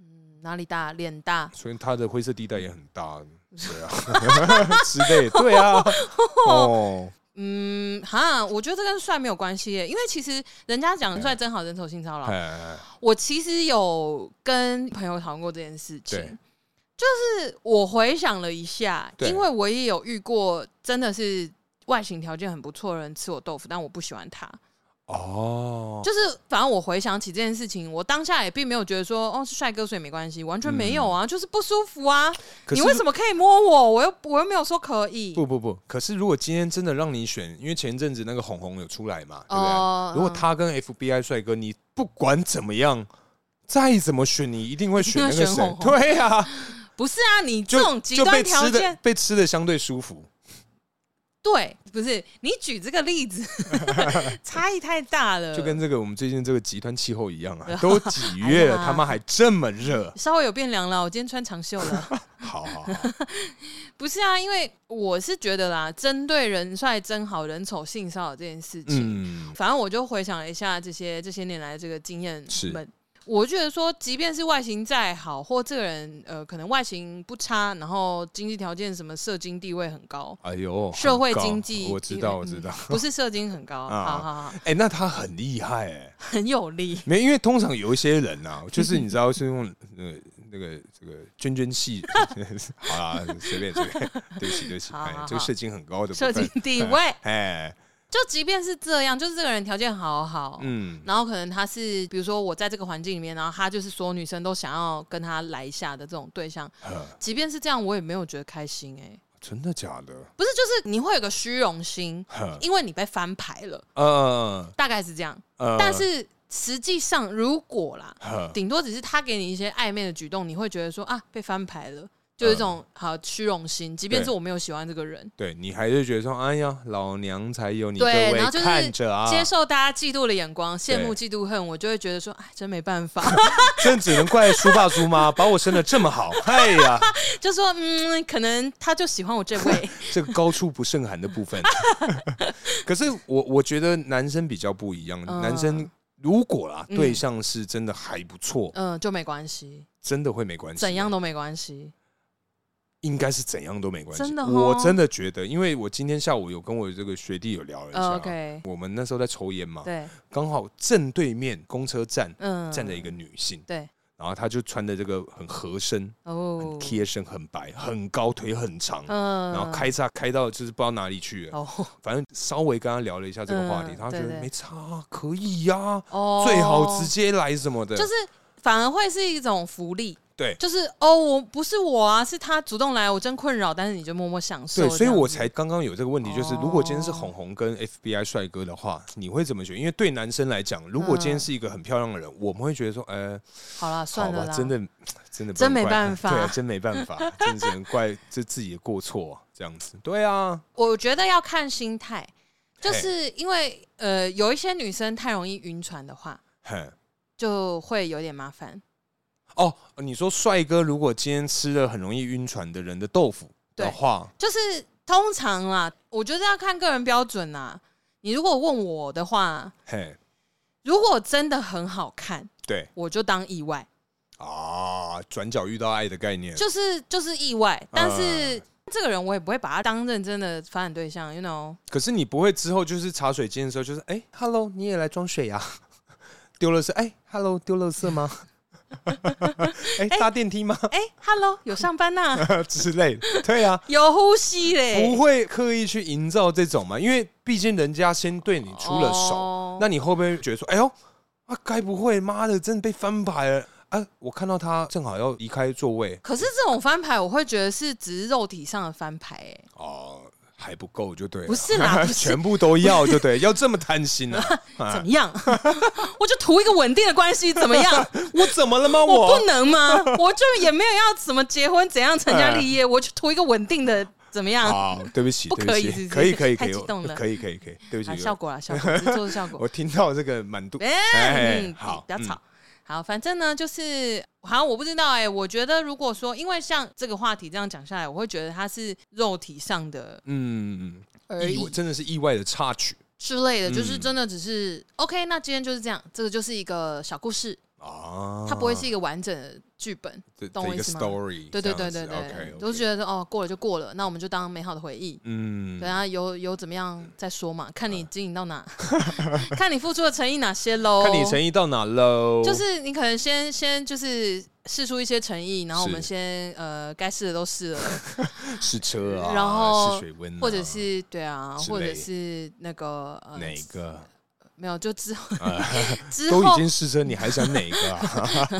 B: 嗯哪里大？脸大？
A: 所以他的灰色地带也很大，对啊 之类，对啊， 哦，
B: 嗯，哈，我觉得这跟帅没有关系耶，因为其实人家讲
A: 嗯
B: 帅真好人丑性骚扰，
A: 哎，
B: 我其实有跟朋友讨论过这件事
A: 对
B: 情。就是我回想了一下，
A: 对
B: 因为我也有遇过，真的是外形条件很不错的人吃我豆腐，但我不喜欢他。
A: 哦，
B: 就是反正我回想起这件事情，我当下也并没有觉得说哦是帅哥所以没关系，完全没有啊，就是不舒服啊。
A: 嗯可
B: 你
A: 是
B: 为什么可以摸我？我又我又没有说可以。
A: 不不不？可是如果今天真的让你选，因为前阵子那个红红有出来嘛，对不对？
B: 哦
A: 如果他跟 FBI 帅哥，你不管怎么样，再怎么选，你一定会选那个
B: 一定
A: 谁
B: 会选？红红
A: 对 啊，
B: 不是啊，你这
A: 就
B: 种极
A: 就被
B: 端
A: 吃
B: 条
A: 的
B: 件，
A: 被吃的相对舒服。
B: 对，不是你举这个例子， 差异太大了。
A: 就跟这个我们最近这个极端气候一样 啊，都几月了，
B: 哎呀
A: 他妈还这么热。
B: 稍微有变凉了，我今天穿长袖了。
A: 好好 好，
B: 不是啊，因为我是觉得啦，针对人帅真好人丑性骚扰这件事情，
A: 嗯，
B: 反正我就回想了一下这些这些年来的这个经验
A: 是
B: 们，我觉得说，即便是外形再好，或这个人呃可能外形不差，然后经济条件什么社经地位很高，
A: 哎呦，
B: 社会
A: 很高
B: 经济
A: 我知道，我知道。
B: 嗯不是社经很高，
A: 啊
B: 好好好，
A: 哎，那他很厉害哎，
B: 很 有力。
A: 没，因为通常有一些人 啊，就是你知道是用呃那个这个涓涓细， 好啦，随便随便，对不起对不起，
B: 好
A: 哎
B: 好，
A: 这个射精很高的部
B: 社
A: 分
B: 经地位，
A: 哎，
B: 就即便是这样，就是这个人条件好好，
A: 嗯，
B: 然后可能他是，比如说我在这个环境里面，然后他就是所有女生都想要跟他来一下的这种对象，
A: 呃
B: 即便是这样，我也没有觉得开心哎、
A: 真的假的？
B: 不是，就是你会有个虚荣心，
A: 呵
B: 因为你被翻牌了，
A: 呃
B: 大概是这样。
A: 呃，
B: 但是实际上，如果啦，
A: 呵
B: 顶多只是他给你一些暧昧的举动，你会觉得说啊，被翻牌了，就是这
A: 嗯
B: 种好虚荣心。即便
A: 对
B: 是我没有喜欢这个人，
A: 对你还是觉得说，哎呀，老娘才有你各
B: 对，
A: 位
B: 然后就是
A: 看着啊，
B: 接受大家嫉妒的眼光，羡慕、
A: 对
B: 嫉妒、恨，我就会觉得说，哎，真没 办法，
A: 真只能怪叔爸叔妈把我生的这么好，哎呀，
B: 就说嗯，可能他就喜欢我这 位，
A: 这个高处不胜寒的部 分。可是我我觉得男生比较不一样，
B: 嗯
A: 男生如果啦
B: 嗯
A: 对象是真的还不错，
B: 嗯，就没关系，
A: 真的会没关系，
B: 怎样都没关系。
A: 应该是怎样都没关系。
B: 真的哦
A: 我真的觉得，因为我今天下午有跟我这个学弟有聊了一下。
B: 呃 OK，
A: 我们那时候在抽烟嘛，
B: 对，
A: 刚好正对面公车站
B: 嗯，
A: 站着一个女性，
B: 对
A: 然后她就穿的这个很合身、
B: 哦
A: 很，贴身、很白、很高、腿很长，
B: 嗯
A: 然后开叉开到就是不知道哪里去了。
B: 哦
A: 反正稍微跟他聊了一下这个话题，
B: 嗯
A: 他觉
B: 对
A: 得
B: 对
A: 没差啊，可以呀、
B: 哦，
A: 最好直接来什么的，
B: 就是反而会是一种福利，
A: 对
B: 就是哦，我不是我啊，是他主动来，我真困扰，但是你就默默享受这
A: 对，
B: 样子，
A: 所以我才刚刚有这个问题，就是
B: 哦
A: 如果今天是红红跟 FBI 帅哥的话，你会怎么选？因为对男生来讲，如果
B: 嗯
A: 今天是一个很漂亮的人，我们会觉得说，呃，
B: 好啦，
A: 好
B: 算了
A: 吧，
B: 啦，
A: 真的， 真的不能
B: 真没
A: 怪
B: 办法
A: 对，真没办法， 真只能怪这自己的过错、这样子。对啊，
B: 我觉得要看心态，就
A: 嘿
B: 是因为呃，有一些女生太容易晕船的话，
A: 哼。
B: 就会有点麻烦。
A: 哦，你说帅哥如果今天吃了很容易晕船的人的豆腐的
B: 对
A: 话，
B: 就是通常啊啦，我觉得要看个人标准啦。你如果问我的话，
A: 嘿，
B: 如果真的很好看，
A: 对
B: 我就当意外，
A: 啊，转角遇到爱的概念，
B: 就是就是意外。但
A: 嗯
B: 是这个人我也不会把他当认真的发展对象，you know？
A: 可是你不会之后就是茶水间的时候，就是哎、h e l l o 你也来装水呀、 丢了是哎、h e l l o 丢了色吗？ 哎、搭电梯吗？
B: 哎、h e l l o 有上班呐、
A: 之类的，对啊，
B: 有呼吸嘞，
A: 不会刻意去营造这种嘛，因为毕竟人家先对你出了手，
B: 哦
A: 那你会不会觉得说，哎呦，啊，该不会妈的真的被翻牌了？啊，我看到他正好要离开座位，
B: 可是这种翻牌，我会觉得是只是肉体上的翻牌、欸，
A: 哦、还不够就对了，
B: 不是啦不 是
A: 全部都要就对，要这么贪心啊？
B: 怎么样？ 我就图一个稳定的关系，怎么样？
A: 我怎么了吗？
B: 我
A: 我
B: 不能 吗？我就也没有要怎么结婚，怎样成家立
A: 哎
B: 业，我就图一个稳定的，怎么样？
A: 啊，对不起，
B: 不
A: 对不
B: 可以
A: 起
B: 是不是
A: 可以，可以，可
B: 太
A: 以，
B: 激动了
A: 可以，可以，可以，对不起，对
B: 啊，
A: 不起
B: 效果啦，效果，只是做出效果。
A: 我听到这个满肚，
B: 哎、嗯，
A: 好，
B: 不要吵。
A: 嗯，
B: 好，反正呢，就是好像我不知道哎、我觉得如果说，因为像这个话题这样讲下来，我会觉得它是肉体上的
A: 嗯，
B: 而
A: 意外
B: 已
A: 真的是意外的插曲
B: 之类的，就是
A: 嗯
B: 真的只是、OK。那今天就是这样，这个就是一个小故事，
A: 啊，
B: 它不会是一个完整的剧本，
A: 这
B: 懂
A: 这
B: 我
A: 一
B: 意
A: 个
B: 思吗
A: story，
B: 对对对对
A: ，OK，
B: 对，都觉得哦过了就过了，那我们就当美好的回忆。
A: 嗯，
B: 对啊，有有怎么样再说嘛，看你经营到哪， 看你付出的诚意哪些喽。
A: 看你诚意到哪喽，
B: 就是你可能先先就是试出一些诚意，然后我
A: 是
B: 们先呃该试的都试了，
A: 试车啊，
B: 然后
A: 试水温啊，
B: 或者是对啊，
A: 之
B: 或者
A: 类
B: 是那个呃
A: 哪个
B: 没有，就之后之
A: 啊都已
B: 后
A: 经试车，你还想哪个啊？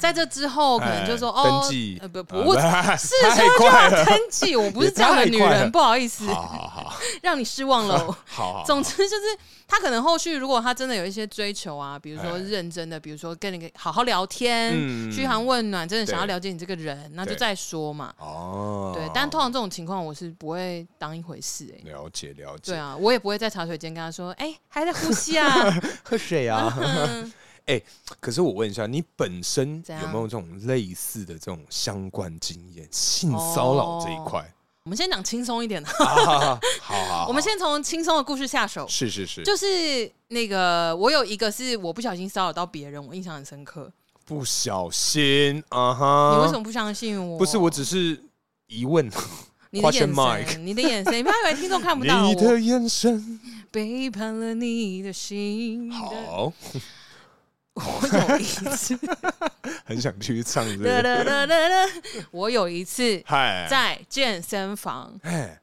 B: 在这之后可能就说
A: 哎
B: 哦
A: 登记
B: 呃不不
A: 啊
B: 我
A: 太
B: 试车就
A: 快
B: 要
A: 了
B: 登记，我不是这样
A: 也
B: 的
A: 太
B: 女
A: 快了
B: 人，不好意思
A: 好好好
B: 让你失望 了。
A: 好好，
B: 总之就是，他可能后续如果他真的有一些追求啊，比如说
A: 哎
B: 认真的，比如说跟你好好聊天，
A: 嗯
B: 嘘寒问暖，真的想要
A: 对
B: 了解你这个人，那就
A: 对
B: 再说嘛。
A: 哦，
B: 对，但通常这种情况我是不会当一回事哎、
A: 了解了解，
B: 对啊，我也不会在茶水间跟他说，哎、还在呼 吸啊，嗯
A: 喝水啊。哎、可是我问一下，你本身有没有这种类似的这种相关经验？性骚扰这一块、
B: 我们先讲轻松一点的，
A: 啊，好好，
B: 我们先从轻松的故事下手。
A: 是是是，
B: 就是那个，我有一个是我不小心骚扰到别人，我印象很深刻。
A: 不小心啊哈。
B: 你为什么不相信我？
A: 不是？我只是疑问，
B: 你的眼
A: question mark
B: 神，你的眼神，你不要以为听众看不到
A: 你
B: 我。
A: 的眼神
B: 背叛了你的心。，
A: 好，
B: 我有一 次，
A: 很想去唱这
B: 哒
A: 个。
B: 哒哒哒哒 我有一次
A: 嗨，
B: 在健身房，
A: 哎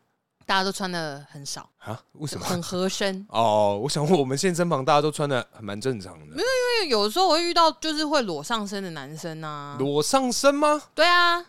B: 大家都穿的很少，
A: 啊，为什么？
B: 很合身。
A: 哦，我想我们健身房大家都穿的蛮正常的，
B: 因为有的时候我会遇到就是会裸上身的男生啊，
A: 裸上身吗？
B: 对啊。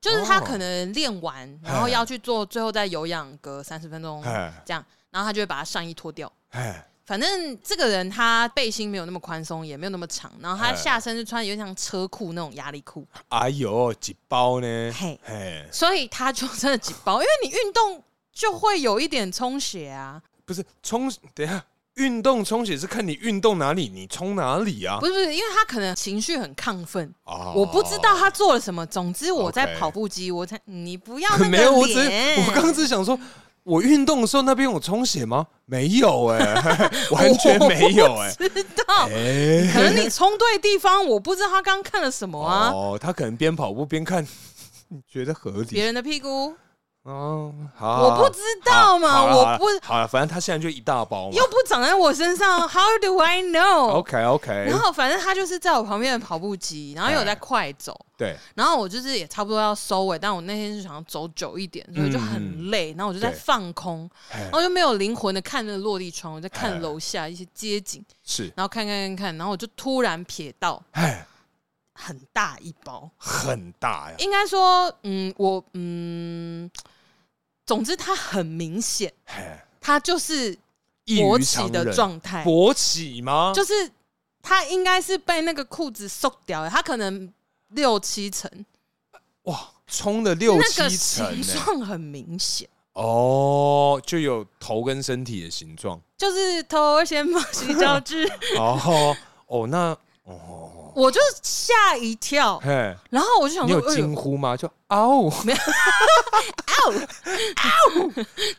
B: 就是他
A: 哦
B: 可能练完，然后
A: 哎
B: 要去做，最后再有氧个三十分钟
A: 哎
B: 这样，然后他就会把他上衣脱掉。
A: 哎，
B: 反正这个人他背心没有那么宽松，也没有那么长，然后他
A: 哎
B: 下身是穿有点像车裤那种压力裤，
A: 哎呦，几包呢？
B: 嘿
A: 嘿，
B: 所以他就真的挤爆，因为你运动就会有一点充血啊，
A: 不是冲，等一下，运动充血是看你运动哪里，你冲哪里啊
B: 不？是不是，因为他可能情绪很亢奋，
A: 啊
B: 我不知道他做了什么。总之我在
A: 哦 OK
B: 跑步机，我才你不要 那
A: 没有，
B: 个
A: 我只是
B: 脸，
A: 我刚刚 只是想说，我运动的时候那边有充血吗？没有哎、 完全没有哎、
B: 我不知道，
A: 哎、
B: 可能你冲对地方，我不知道他刚看了什么啊，
A: 哦，他可能边跑步边看，你觉得合
B: 别
A: 理？
B: 人的屁股，
A: 哦，好，
B: 我不知道嘛，
A: 好好
B: 我
A: 啦
B: 不
A: 好啊了，反正他现在就一大包嘛
B: 又。不长在我 身上，How do I know？
A: OK OK，
B: 然后反正他就是在我旁边的跑步机，然后有在
A: 哎
B: 快走。
A: 对，
B: 然后我就是也差不多要收尾，但我那天就想要走久一点，所以就很累。然后我就在
A: 嗯对
B: 放空，
A: 哎
B: 然后就没有灵魂的看那个落地窗，我在看
A: 哎
B: 楼下一些街景，
A: 是，
B: 然后看看看看，然后我就突然瞥到
A: 哎，
B: 很大一包，
A: 很大呀，
B: 应该说，嗯，我嗯，总之它很明显，
A: 哎，
B: 它就是
A: 异
B: 勃
A: 于
B: 起
A: 常
B: 的
A: 人，
B: 状态，
A: 勃起吗？
B: 哎就是它应该是被那个裤子收掉了，它可能六七成，
A: 哇，冲了六
B: 那个
A: 七层欸
B: 形
A: 呢！
B: 状很明显。
A: 哦，就有头跟身体的形状。
B: 就是头先摸洗 脚趾，
A: 哦哦， 那哦，
B: 我就吓一跳，
A: 嘿，
B: 然后我就想
A: 你有
B: 说，哎
A: 惊
B: 呦，
A: 呼吗？就哦，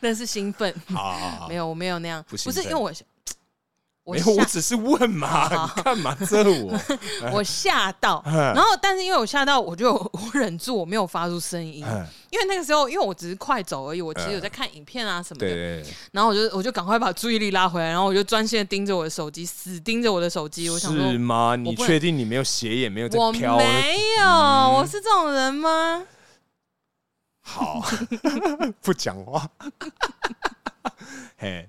B: 那是兴奋，
A: 好好好
B: 没有，我没有那样，
A: 不
B: 不
A: 兴奋
B: 是因为我想我
A: 没有，我
B: 吓
A: 只是问嘛，
B: 好
A: 你干嘛这 我？
B: 我吓 到，
A: 嗯
B: 然后但是因为我吓到，我就我忍住，我没有发出声音，
A: 哎
B: 因为那个时候因为我只是快走而已，我其实有在看影片啊什么
A: 对
B: 的，
A: 对
B: 然后我就我就赶快把注意力拉回来，然后我就专心的盯着我的手机，死盯着我的手机，我
A: 对，
B: 想说
A: 是吗？
B: 我
A: 你
B: 不能
A: 确定你没有斜眼，没有在嗯
B: 我
A: 飘？
B: 没有，我是这种人吗？
A: 好，不讲话。 嘿，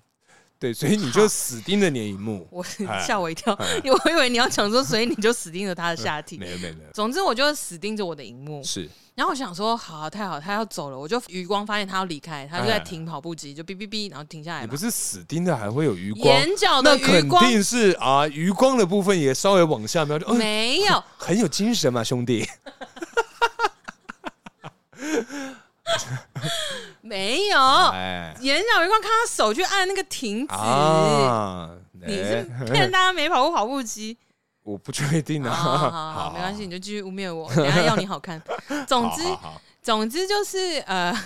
A: 对，所以你就死盯着你的荧幕。
B: 我
A: 哎
B: 吓我一跳，我以为你要讲说，所以你就死盯着他的下体。
A: 嗯没有没有没有，
B: 总之，我就死盯着我的荧幕，
A: 是
B: 然后我想说，好、太好，他要走了，我就余光发现他要离开，他就在
A: 哎
B: 停跑步机，就哔哔哔，然后停下来
A: 你
B: 嘛
A: 不。是死盯着还会有余光？
B: 眼角
A: 那
B: 的余
A: 肯
B: 光
A: 定是啊，余光的部分也稍微往下瞄，就嗯，
B: 没 有，
A: 很有精神嘛，兄弟。
B: 没有，
A: 哎
B: 眼角余光看他手去按那个停止，
A: 啊，
B: 你是
A: 哎
B: 骗大家没跑过跑步机。
A: 我不确定
B: 好
A: 啊。
B: 好好好，没关系，，你就继续污蔑我，等一下要你好看。总之
A: 好，好好
B: 总之就是呃，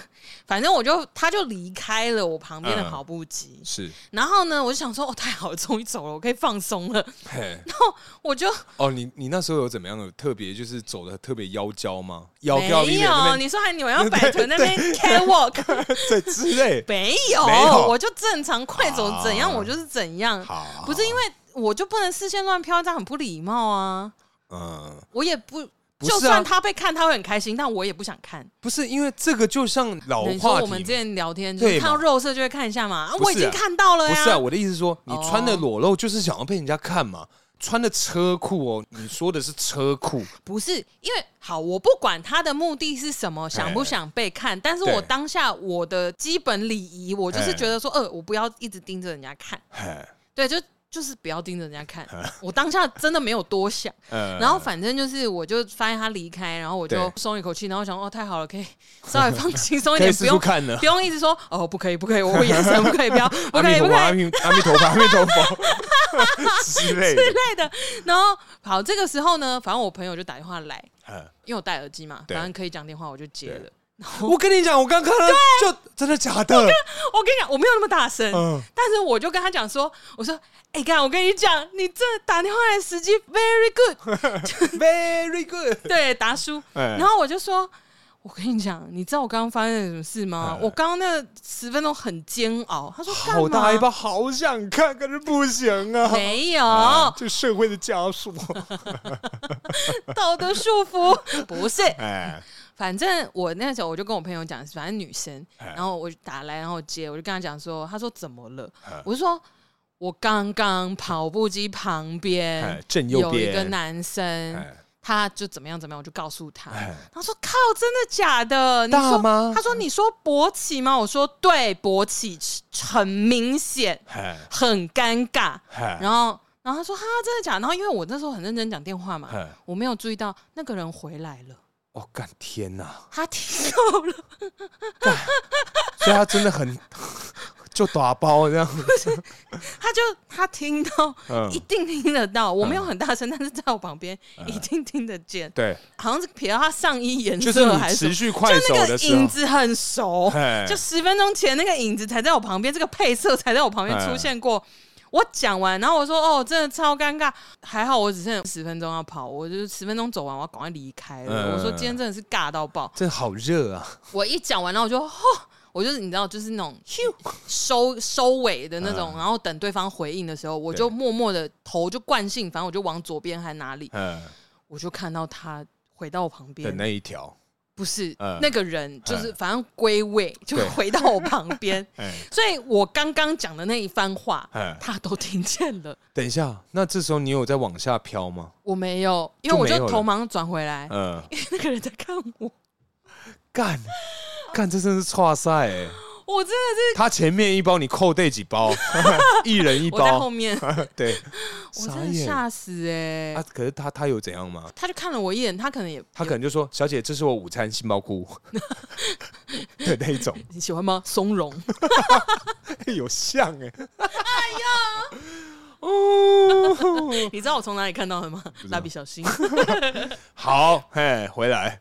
B: 反正我就他就离开了我旁边的
A: 嗯
B: 跑步机，
A: 是，
B: 然后呢，我就想说哦，太好了，终于走了，我可以放松了。
A: 嘿，
B: 我就
A: 哦，你你那时候有怎么样的特别，就是走的特别腰交吗？腰
B: 没
A: 交一点
B: 有，
A: 那边
B: 你说还你们要摆臀那边 catwalk
A: 对之类，
B: 没
A: 没
B: 有，
A: 有
B: 我就正常快走怎样
A: 啊
B: 我就是怎样，
A: 好，
B: 不是因为我就不能视线乱飘，这样很不礼貌啊。
A: 嗯，
B: 我也不，
A: 不是啊
B: 就算他被看，他会很开心，但我也不想看。
A: 不是因为这个，就像老
B: 你说
A: 话
B: 我们之
A: 题嘛。
B: 前聊天，就是
A: 对
B: 看到
A: 嘛
B: 肉色就会看一下嘛，
A: 不
B: 啊
A: 是啊
B: 我已经看到了
A: 不
B: 呀。
A: 是啊，我的意思是说，你
B: 哦
A: 穿的裸露就是想要被人家看嘛。穿的车裤哦，你说的是车裤，
B: 不是因为好，我不管他的目的是什么，想不想被看，但是
A: 哎对哎
B: 我当下我的基本礼仪，我就是觉得说，呃，我不要一直盯着人家看，
A: 嘿，
B: 对，就就是不要盯着人家看。
A: 嗯
B: 我当下真的没有多想，
A: 呃
B: 然后反正就是我就发现他离开，然后我就
A: 对
B: 松一口气，然后想哦，太好了，可以稍微放轻松一
A: 可以
B: 哦点，不
A: 试试
B: 用
A: 看呢啊
B: 不。用一直说哦，不可以，不可以，我眼神不可以 不要，不
A: 阿
B: 可
A: 弥
B: 以，不
A: 陀
B: 可
A: 佛，阿
B: 以
A: 弥阿弥陀佛，阿弥陀佛 之类
B: 之
A: 的。
B: 类的。然后好，这个时候呢，反正我朋友就打电话来，
A: 嗯
B: 因为我戴耳机嘛，
A: 对
B: 反正可以讲电话，我就接了
A: 对。我跟你讲，我刚看了，就真的假的？
B: 我跟你讲，我没有那么大声，
A: 嗯
B: 但是我就跟他讲说，我说，哎、干，我跟你讲，你这打电话来的时机 very good，
A: ，Very good。
B: 对，达叔。
A: 哎
B: 然后我就说，我跟你讲，你知道我刚刚发生了什么事吗？
A: 哎
B: 我刚刚那十分钟很煎熬。他说，干嘛？
A: 好大一把，好想看，可是不行啊！
B: 没有、
A: 啊这社会的枷锁。
B: 道德束缚， 不是。
A: 哎，
B: 反正我那时候我就跟我朋友讲，反正女生，
A: 哎
B: 然后我就打来，然后接，我就跟他讲说，他说怎么了？
A: 哎
B: 我就说我刚刚跑步机旁边
A: 哎正右
B: 有一个
A: 边
B: 男生，
A: 哎
B: 他就怎么样怎么样，我就告诉他，
A: 哎
B: 他说靠，真的假的？你
A: 大
B: 说
A: 吗
B: 他说你说勃起吗？我说对，勃起很明显，
A: 哎
B: 很尴尬。
A: 哎
B: 然后，然后他说哈，真的假的？然后因为我那时候很认真讲电话嘛
A: 哎，
B: 我没有注意到那个人回来了。
A: 哦，干天哪！
B: 他听到了，
A: 所以他真的很 就打包这样。
B: 他就他听到，
A: 嗯嗯
B: 一定听得到。我没有很大声，但是在我旁边一定听得见。
A: 对，
B: 好像是瞥到他上衣颜
A: 就是
B: 色还
A: 你
B: 是什
A: 持
B: 么，
A: 续快
B: 就
A: 走
B: 那个
A: 的时候
B: 影，子很熟，
A: 嘿
B: 就十分钟前那个影子才在我旁边，这个配色才在我旁边
A: 嘿
B: 出现过。我讲完，然后我说：“哦，真的超尴尬，还好我只剩十分钟要跑，我就是十分钟走完，我要赶快离开了。
A: 嗯
B: 我说：“今天真的是尬到爆。”
A: 真的好热啊！
B: 我一讲完，然后我就 吼，我就是你知道，就是那种收收尾的那
A: 嗯
B: 种，然后等对方回应的时候，我就默默的头就惯性，反正我就往左边还哪里，
A: 嗯，
B: 我就看到他回到我旁
A: 的
B: 边，
A: 那一条，
B: 不是
A: 嗯
B: 那个人，就是反正归位就
A: 对
B: 回到我旁边，
A: 哎，
B: 所以我刚刚讲的那一番话
A: 嗯，
B: 他都听见了。
A: 等一下，那这时候你有在往下飘吗？
B: 我没有，因为我
A: 就没有
B: 就
A: 了
B: 头忙转回 来，
A: 嗯，
B: 因为那个人在看我，
A: 干干，这真是差赛哎！
B: 我真的
A: 他前面一包，你扣对几包， 一人一
B: 是我在后
A: 包，
B: 面，
A: 对，
B: 我
A: 傻
B: 真的
A: 眼
B: 吓死哎、
A: 啊！可是他他有怎样吗？
B: 他就看了我一眼，他可能也
A: 他可能就说：“小姐，这是我午餐杏鲍 菇的那一 种，
B: 你喜欢吗？松茸，
A: 有像哎、哎呀，哦，
B: 你知道我从哪里看到的吗？蜡笔小新，
A: 好，嘿，回 来。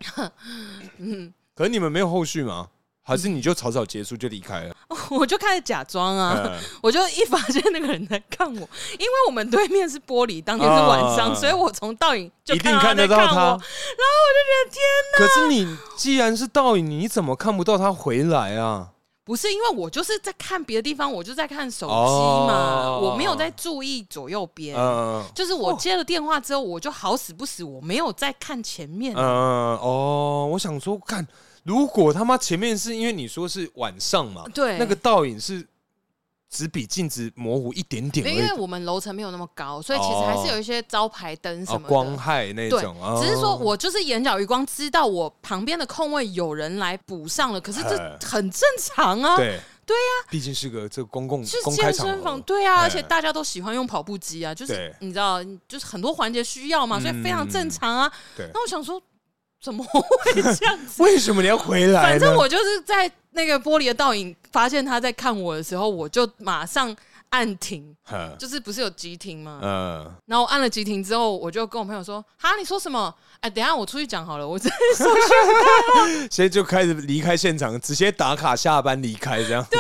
A: 嗯可是你们没有后续吗？还是你就草草结束就离开了？
B: 我就开始假装啊，
A: 嗯
B: 我就一发现那个人在看我，因为我们对面是玻璃，当天是晚上，
A: 啊
B: 所以我从倒影就
A: 一定
B: 看
A: 看
B: 到
A: 得
B: 他在
A: 到
B: 看我，然后
A: 他
B: 我就觉得天哪！
A: 可是你既然是倒影，你怎么看不到他回来啊？
B: 不是因为我就是在看别的地方，我就在看手机
A: 哦
B: 嘛，我没有在注意左右边。
A: 嗯
B: 就是我接了电话之后，我就好死不死，我没有在看前面
A: 嗯，哦，我想说，看如果他妈前面是因为你说是晚上嘛，
B: 对
A: 那个倒影是只比镜子模糊一点点而
B: 因为
A: 已，
B: 我们楼层没有那么高，所以其实还是有一些招牌灯什
A: 哦
B: 么，的。
A: 光害那
B: 对
A: 种，哦，
B: 只是说我就是眼角余光知道我旁边的空位有人来补上了，可是
A: 哎
B: 这很正常啊。
A: 对
B: 对
A: 呀，毕竟是个这个公共
B: 是
A: 公开
B: 健
A: 场
B: 身
A: 合
B: 房，，对啊，
A: 哎
B: 而且大家都喜欢用跑步机啊，就是
A: 对
B: 你知道，就是很多环节需要嘛，所以非常正常啊。
A: 嗯对
B: 那我想说，怎么会这样子？
A: 为什么你要回来呢？
B: 反正我就是在那个玻璃的倒影发现他在看我的时候，我就马上按停，
A: 嗯
B: 就是不是有急停吗？
A: 嗯，
B: 然后我按了急停之后，我就跟我朋友说：“哈，你说什么？哎，等一下我出去讲好了，我真的 说
A: 现在就开始离开现场，直接打卡下班离开这样。
B: 啊
A: 对，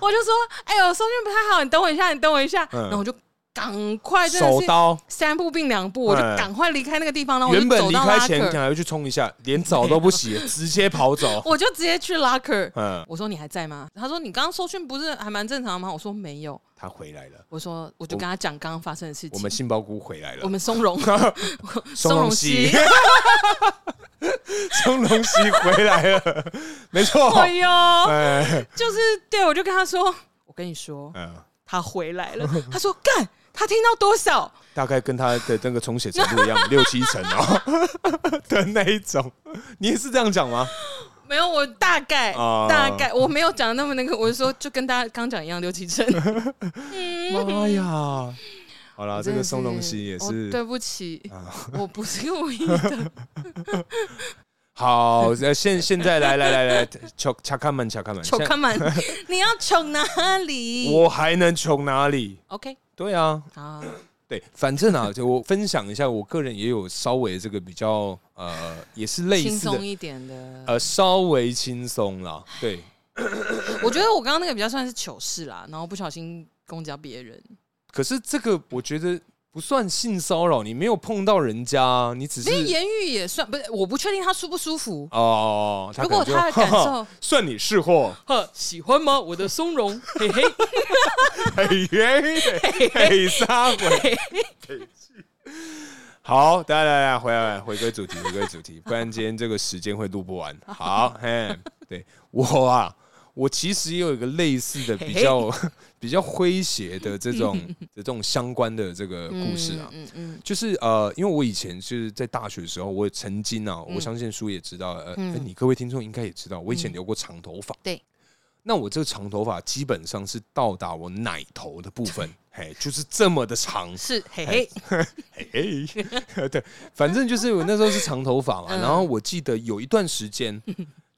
B: 我就说，哎呦，收讯不太好，你等我一下，你等我一下。
A: 嗯
B: 然后我就赶快，真的
A: 手
B: 是
A: 刀。
B: 三步并两步，我就
A: 嗯
B: 赶快离开那个地方，然后我
A: 原
B: 就
A: 本
B: 走
A: 离
B: 到
A: 开前
B: locker，
A: 想要去冲一下，连澡都不洗，直接跑 走。
B: 我就直接去 locker。
A: 嗯，
B: 我说你还在吗？他说你刚刚收讯不是还蛮正常吗？我说没有。
A: 他回来了，
B: 我说我就跟他讲刚刚发生的事情。
A: 我们杏鲍菇回来
B: 我
A: 了，
B: 们 松茸
A: 松茸
B: 西
A: 西，， 松茸西回来了， 没错
B: 哎。呦，
A: 哎，
B: 就是对，我就跟他说，我跟你说，
A: 嗯，
B: 他回来了。 他说干，他听到多少？
A: 大概跟他的那个充血程度一样，六七成哦 的那一种。你也是这样讲吗？
B: 没有，我大概、
A: 哦
B: 大概我没有讲那么那个，我是说就跟大家刚讲一样六七成。
A: 妈呀！好啦，啊这
B: 真的
A: 个
B: 是
A: 松茸西也
B: 我
A: 是啊
B: 对不起，我不是故意的。
A: 好，呃，现现在来来来来，敲敲看门，敲看门，
B: 求
A: 现在
B: 看满，你要求哪里
A: 我还能穷哪里？
B: ？OK
A: 对啊，
B: 啊，
A: 对，反正啊，就我分享一下，我个人也有稍微这个比较呃，也是类
B: 轻
A: 似
B: 松
A: 的，
B: 一点的。
A: 呃，稍微轻松啦。对，
B: 我觉得我刚刚那个比较算是糗事啦，然后不小心攻击到别人。
A: 可是这个我觉得不算性骚扰，你没有碰到人家啊，你只
B: 因为
A: 是
B: 言语也算不是，我不确定他舒不 舒服。
A: 哦，
B: 如
A: 可能
B: 果
A: 就
B: 他的感受，
A: 算你是货，
B: 呵，喜欢吗？我的松茸，嘿嘿，
A: 嘿嘿嘿嘿，撒鬼。好，大家来来回来回归主题，回归主题，不然今天这个时间会录不完。好，嘿，对我啊，我其实也有一个类似的比较比较诙谐的这种这种相关的这个故事啊，
B: 嗯嗯
A: 就是呃，因为我以前是在大学的时候，我曾经啊，
B: 嗯
A: 我相信叔也知道，呃，
B: 嗯
A: 呃你各位听众应该也知道，我以前留过长头发。
B: 对，
A: 那我这个长头发基本上是到达我奶头的部分，嘿，就是这么的长
B: 嗯，。是嘿
A: 哎
B: 嘿，
A: 嘿嘿，对，反正就是我那时候是长头发嘛，
B: 嗯
A: 然后我记得有一段时间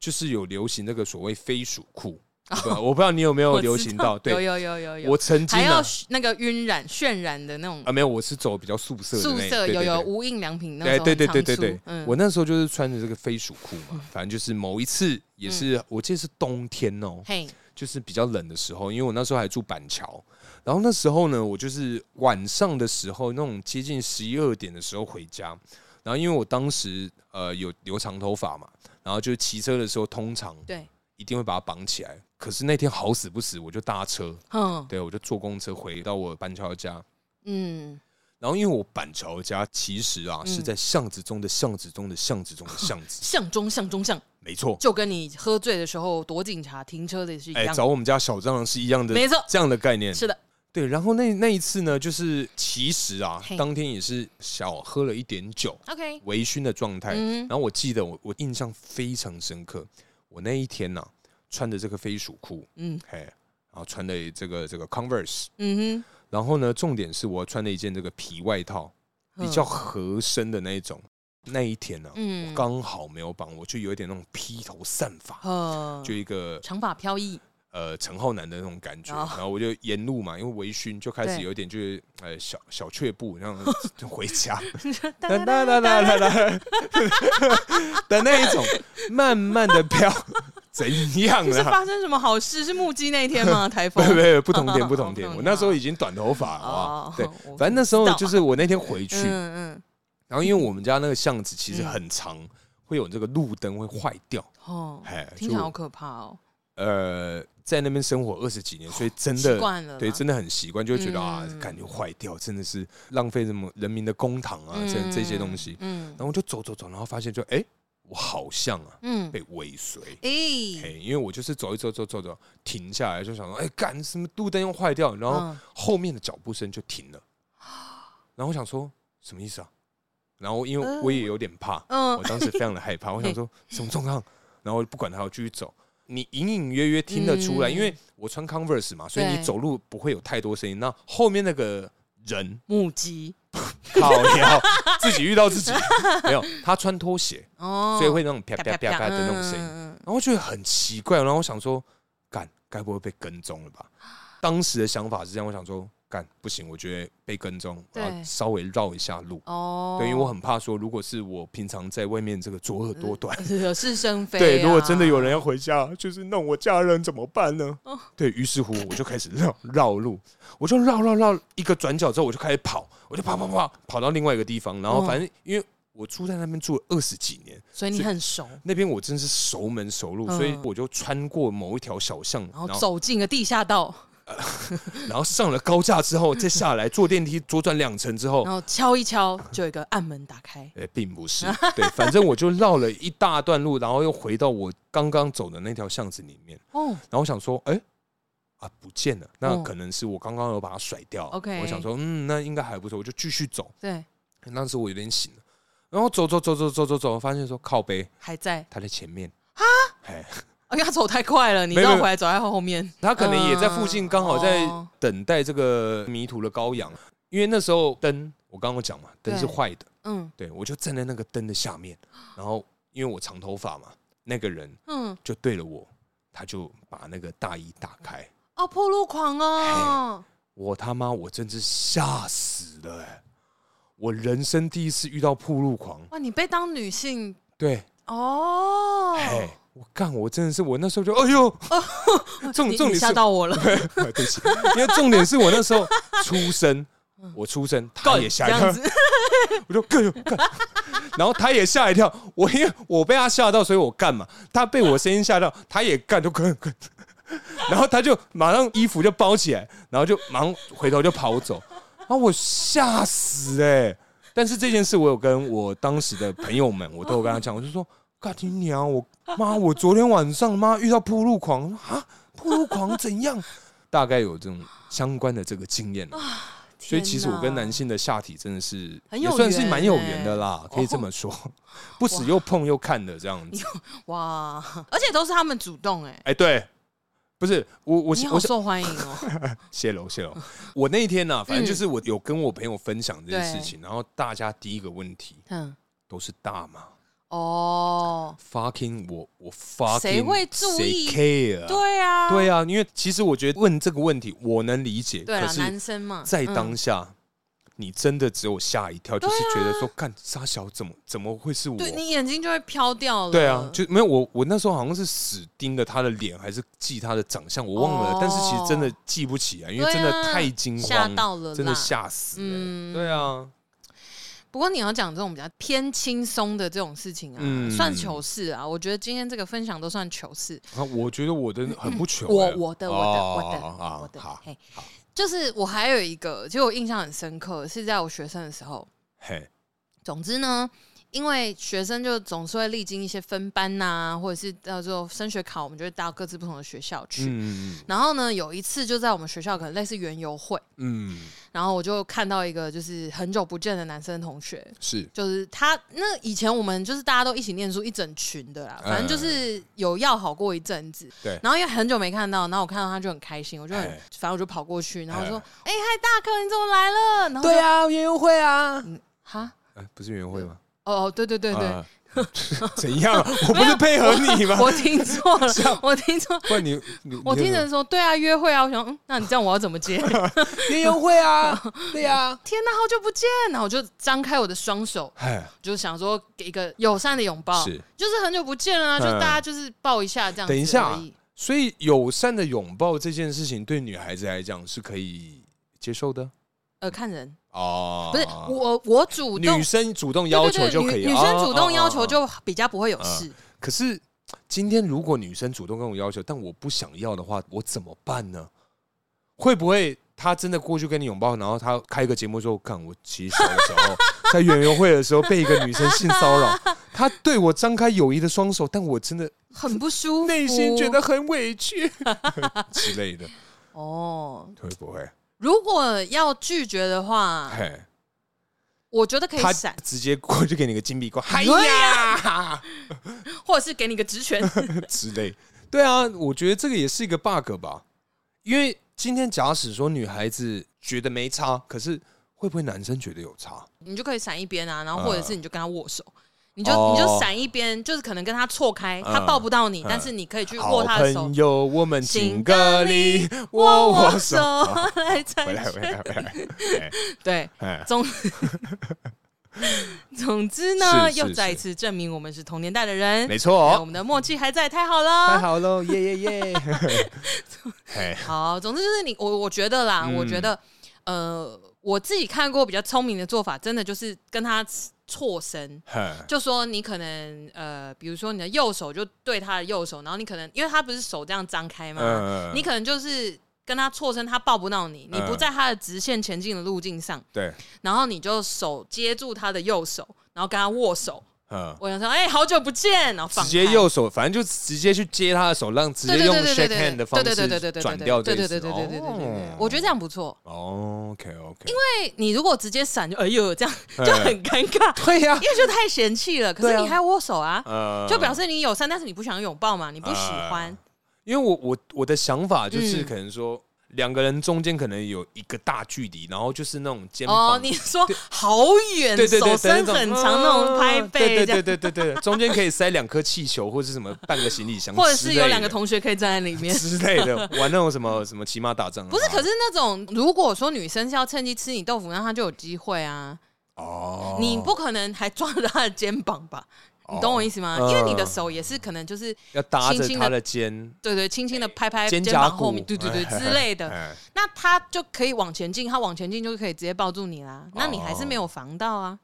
A: 就是有流行那个所谓飞鼠裤，我不知道我不知道你有没有
B: 我
A: 流
B: 知
A: 行
B: 道
A: 到？对，
B: 有有有有有，
A: 我曾经
B: 还要
A: 啊
B: 嘘那个晕染渲染的那种
A: 啊没有，我是走比较素色的
B: 宿
A: 那
B: 舍，
A: 对
B: 有
A: 对
B: 有
A: 对
B: 无印良品那
A: 哎，
B: 种，
A: 对对对对对，
B: 嗯，
A: 我那时候就是穿着这个飞鼠裤嘛，反正就是某一次也是，我记得是冬天哦，
B: 嗯嘿，
A: 就是比较冷的时候，因为我那时候还住板桥，然后那时候呢，我就是晚上的时候，那种接近十一二点的时候回家，然后因为我当时呃有留长头发嘛，然后就是骑车的时候，通常
B: 对，
A: 一定会把它绑起来，可是那天好死不死，我就搭车，
B: 嗯
A: 对我就坐公车回到我板桥的家，
B: 嗯，
A: 然后因为我板桥家其实啊、
B: 嗯
A: 是在巷子中的巷子中的巷子中的巷 子，
B: 巷中巷中巷，
A: 没错，
B: 就跟你喝醉的时候躲警察停车的也是一
A: 哎、
B: 样，
A: 找我们家小蟑螂是一样的，
B: 没错
A: 这样的概念，
B: 是的，
A: 对，然后那那一次呢，就是其实啊
B: 嘿，
A: 当天也是小喝了一点酒，
B: ，OK，
A: 微醺的状态。
B: 嗯
A: 然后我记得我我印象非常深刻，我那一天呐、啊穿着这个飞鼠裤，
B: 嗯
A: 嘿，然后穿的这个这个 Converse，
B: 嗯
A: 然后呢，重点是我穿了一件这个皮外套，
B: 哼，
A: 比较合身的那一种。那一天啊呢、
B: 嗯
A: 我刚好没有绑，我就有一点那种披头散发，
B: 呃
A: 就一个
B: 长发飘逸，
A: 呃陈浩南的那种感觉，
B: 哦
A: 然后我就沿路嘛，因为微醺就开始
B: 对
A: 有一点就是呃小小却步，然 后就回家，
B: 哒
A: 哒哒哒哒哒哒的那一种，慢慢的飘，怎样
B: 是
A: 啦？
B: 发生什么好事？是目击那一 天吗？台
A: 不
B: 风？
A: 不不，不同点不同
B: 哦
A: 点。
B: 不
A: 我
B: 同点
A: 那时候已经短头发了
B: 哦
A: 啊，对
B: 我不知道，
A: 反正那时候就是我那天回去，
B: 嗯嗯，嗯
A: 然后因为我们家那个巷子其实很长，会有这个路灯会坏掉，
B: 哦，
A: 哎，
B: 听起来好可怕哦，
A: 呃，在那边生活二十几年，所以真
B: 习
A: 的
B: 惯了啦，
A: 对，真的很习惯，就会觉得啊
B: 嗯，
A: 感觉坏掉，真的是浪费什么人民的公堂啊，这
B: 嗯
A: 这些东西。
B: 嗯
A: 然后我就走走走，然后发现就哎、我好像啊
B: 嗯，
A: 被尾随。哎、
B: 哎，
A: 因为我就是走一走走走走，停下来就想说，哎、干什么路灯又坏掉，然后
B: 嗯
A: 后面的脚步声就停了，然后我想说什么意思啊？然后因
B: 呃
A: 为我也有点怕，
B: 嗯
A: 我当时非常的害怕，我想 说什么状况？然后不管它，我继续走。你隐隐约约听得出来，
B: 嗯
A: 因为我穿 Converse 嘛，所以你
B: 对
A: 走路不会有太多声音。那后面那个人
B: 目击
A: 靠 腰，自己遇到自己，没有他穿拖鞋，
B: 哦，
A: 所以会那种啪啪啪啪
B: 嗯
A: 的那种声音。
B: 音，
A: 然后觉得很奇怪，然后我想说，干，该不会被跟踪了吧？当时的想法是这样，我想说，干，不行，我觉得被跟踪，
B: 对
A: 然后稍微绕一下路。
B: 哦，
A: 对，因为我很怕说，如果是我平常在外面这个左耳
B: 嗯
A: 多短，
B: 惹 是生非啊，哦
A: 对，如果真的有人要回家，就是弄我家人怎么办呢？对于是乎，我就开始绕绕路，我就绕绕绕一个转角之后，我就开始跑，我就跑跑跑跑到另外一个地方，然
B: 哦
A: 后反正因为我住在那边住了二十几年，
B: 所以你很熟，
A: 那边我真是熟门熟路，
B: 嗯
A: 所以我就穿过某一条小巷，
B: 然后走进了地下道，
A: 哦然后上了高架之后，再下来坐电梯左转两层之后
B: 然，后敲一敲，就有一个暗门打开，
A: 呃、并不是，对，反正我就绕了一大段路，然后又回到我刚刚走的那条巷子里面，
B: 哦，
A: 然后我想说，哎、啊，不见了，那
B: 嗯
A: 可能是我刚刚有把它甩掉。
B: OK
A: 我想说，嗯，那应该还不错，我就继续走。
B: 对，
A: 那时候我有点醒了，然后走走走走走走走，发现说靠背，
B: 还在，
A: 他在前面啊，哎，
B: 哦因为他走太快了，你
A: 没有
B: 绕
A: 没有
B: 回来走在后面，
A: 他可能也在附近，
B: 嗯
A: 刚好在
B: 哦
A: 等待这个迷途的羔羊。因为那时候灯，我刚刚讲嘛，灯是
B: 对
A: 坏的，
B: 嗯
A: 对我就站在那个灯的下面，然后因为我长头发嘛，那个人
B: 嗯，
A: 就对了我，他就把那个大衣打开，
B: 哦，破路狂哦，
A: 我他妈我真是吓死了、欸，我人生第一次遇到铺路狂，
B: 哇，你被当女性
A: 对，
B: 哦，
A: 哎、我干，我真的是我那时候就哎呦， 重
B: 你
A: 重
B: 你
A: 点是
B: 吓到我了，
A: 对不起，因为重点是我那时候出生，我出生，他也吓
B: 这
A: 一
B: 样
A: 跳
B: 子，，
A: 我就干干，然后他也吓一跳，我因为我被他吓到，所以我干嘛？他被我声音吓到，他也干，就干干，然后他就马上衣服就包起来，然后就忙回头就跑走，然后我吓死哎、但是这件事我有跟我当时的朋友们，我都有跟他讲，我就说。干你娘！我妈，我昨天晚上妈遇到铺路狂啊！铺路狂怎样？大概有这种相关的这个经验啊所以其实我跟男
B: 性。
A: 性的下体真的是
B: 很
A: 也
B: 有
A: 算是
B: 缘
A: 蛮有缘的
B: 欸
A: 啦，可以这么 说，不止又碰又看的这样子。
B: 哇，而且都是他们主动哎、
A: 哎，对，不是我我
B: 你好
A: 我想
B: 受欢 迎哦。
A: 谢喽谢喽，我那一天呢、反正
B: 嗯
A: 就是我有跟我朋友分享这件事情，然后大家第一个问题
B: 嗯，
A: 都是大麻
B: 哦，
A: fucking 我我 fucking
B: 谁会注意
A: 谁 care？啊
B: 对啊，
A: 对啊，因为其实我觉得问这个问题我能理解，
B: 对
A: 可
B: 啦，男
A: 是
B: 生嘛，
A: 在
B: 嗯啊
A: 当下。你真的只有吓一跳，就是觉得说，干傻小怎么怎么会是我？
B: 对你眼睛就会飘掉了。
A: 对啊，就没有我，我那时候好像是死盯着他的脸，还是记他的长相，我忘了。
B: 哦
A: 但是其实真的记不起来，因为
B: 对啊
A: 真的太惊
B: 吓
A: 慌，
B: 到了啦，
A: 真的吓死、欸。
B: 嗯
A: 对啊，
B: 不过你要讲这种比较偏轻松的这种事情啊，
A: 嗯
B: 算糗事啊。我觉得今天这个分享都算糗事。
A: 啊我觉得我的很不全、
B: 我
A: 欸
B: 我的我的
A: 哦
B: 我的
A: 啊啊
B: 我的
A: 好，
B: 嘿，就是我还有一个，其实我印象很深刻，是在我学生的时候。
A: 嘿，
B: 总之呢，因为学生就总是会历经一些分班呐、或者是叫做升学考，我们就会到各自不同的学校去。
A: 嗯
B: 然后呢，有一次就在我们学校可能类似园游会，
A: 嗯，
B: 然后我就看到一个就是很久不见的男生同学，
A: 是
B: 就是他那以前我们就是大家都一起念书一整群的啦，
A: 嗯
B: 反正就是有要好过一阵子。
A: 对
B: 然后因为很久没看到，然后我看到他就很开心，我就很
A: 哎
B: 反正我就跑过去，然后我说
A: 哎：“
B: 哎、嗨，大哥，你怎么来了？”然后
A: 对
B: 啊，
A: 啊，园游会啊，
B: 哈。
A: 呃不是园游会吗？
B: 哦，哦对对对对，
A: 啊 怎样？啊我不是配合你吗？
B: 我听错 了
A: 这样，
B: 我听错，
A: 不然你你
B: 我听
A: 着
B: 着说对啊，约会啊，我想，嗯，那你这样我要怎么接？
A: 约约会啊，对呀，
B: 天哪，好久不见！然后我就张开我的双手，
A: 哎，
B: 就想说给一个友善的拥抱，
A: 是
B: 就是很久不见了啊，就
A: 嗯
B: 大家就是抱一下这样子而
A: 等
B: 已。
A: 一下所以友善的拥抱这件事情对女孩子来讲是可以接受的
B: 呃，看人，
A: 哦。
B: 不是我，我主动
A: 女生主动要求
B: 对对对
A: 就可以，
B: 女女生主
A: 哦
B: 动要
A: 哦
B: 求
A: 哦
B: 就比较不会有事。
A: 可是今天如果女生主动跟我要求，但我不想要的话，我怎么办呢？会不会她真的过去跟你拥抱，然后她开个节目说：“看我其实小时 候在园游会的时候被一个女生性骚扰，她对我张开友谊的双手，但我真的
B: 很不舒服，
A: 内心觉得很委 屈之类的，
B: 哦。
A: 会不会？
B: 如果要拒绝的话，
A: 嘿，
B: 我觉得可
A: 她
B: 以闪，
A: 直接过去给你个金币光，嗨
B: 对
A: 呀
B: 或者是给你个职权。
A: 之类。对啊，我觉得这个也是一个 bug 吧，因为今天假使说女孩子觉得没差，可是会不会男生觉得有差？
B: 你就可以闪一边啊，然
A: 嗯
B: 后或者是你就跟他握手，你就、
A: 哦
B: 你就闪一边，就是可能跟他错开，
A: 嗯
B: 他抱不到你，
A: 嗯
B: 但是你可以去
A: 好
B: 握他的手
A: 朋，友，我们
B: 请
A: 请个你
B: 握
A: 握
B: 我
A: 我
B: 手
A: 手。好
B: 来
A: 回
B: 再
A: 来，回来，回来。哎
B: 对。
A: 哎，
B: 总 总之呢，
A: 是是
B: 又再一次证明我们是同年代的人，
A: 没
B: 对我
A: 错，
B: 们的默契还在，太
A: 太
B: 好了。
A: 好喽，耶耶耶！哎，
B: 好，总之就是你我我觉得啦，
A: 嗯
B: 我觉得呃，我自己看过比较聪明的做法，真的就是跟他错身。
A: 哼
B: 就说你可能呃，比如说你的右手就对他的右手，然后你可能因为他不是手这样张开嘛，
A: 嗯
B: 你可能就是跟他错身，他抱不到你，你不
A: 嗯
B: 在他的直线前进的路径上，
A: 对，
B: 然后你就手接住他的右手，然后跟他握手。
A: 嗯，
B: 我想说，哎、好久不见，然后放
A: 直接
B: 开
A: 右手，反正就直接去接他的手，让直
B: 对
A: 接
B: 对
A: 用
B: 对对
A: shake
B: 对
A: hand 的方
B: 对对对
A: 式
B: 对对对
A: 转掉这
B: 对
A: 一
B: 对
A: 次。
B: 对对对对对对对对
A: 哦，
B: 我觉得这样不错。
A: OK OK，
B: 因为你如果直接闪就哎呦这样
A: 哎
B: 就很尴尬，
A: 对呀、
B: 因为就太嫌弃了。可
A: 对
B: 是
A: 啊
B: 你还握手啊，
A: 呃
B: 就表示你友善，但是你不想拥抱嘛，你不喜欢
A: 呃。因为我我我的想法就是
B: 嗯
A: 可能说两、个人中间可能有一个大距离，然后就是那种肩膀。
B: 哦，你说
A: 对
B: 好远，
A: 对对对，
B: 手伸
A: 对
B: 很
A: 那种
B: 长那种拍
A: 对
B: 背这
A: 对
B: 样，
A: 对对对对，中间可以塞两颗气球或是什么半个行李箱之类的，
B: 或者是有两个同学可以站在里面。
A: 之类的，玩那种什么什么骑马打仗啊，
B: 不是，可是那种如果说女生是要趁机吃你豆腐，那她就有机会啊。
A: 哦，
B: 你不可能还抓着她的肩膀吧？你懂我意思吗？
A: 嗯
B: 因为你的手也是可能就是
A: 要搭
B: 轻
A: 着
B: 轻地
A: 他的肩
B: 对对，轻轻的拍拍
A: 肩
B: 肩
A: 胛
B: 膀
A: 骨
B: 后面，对对对
A: 哎
B: 之类的。
A: 哎
B: 那她就可以往前进，她往前进就可以直接抱住你
A: 哦
B: 啦。那你还是没有防到啊，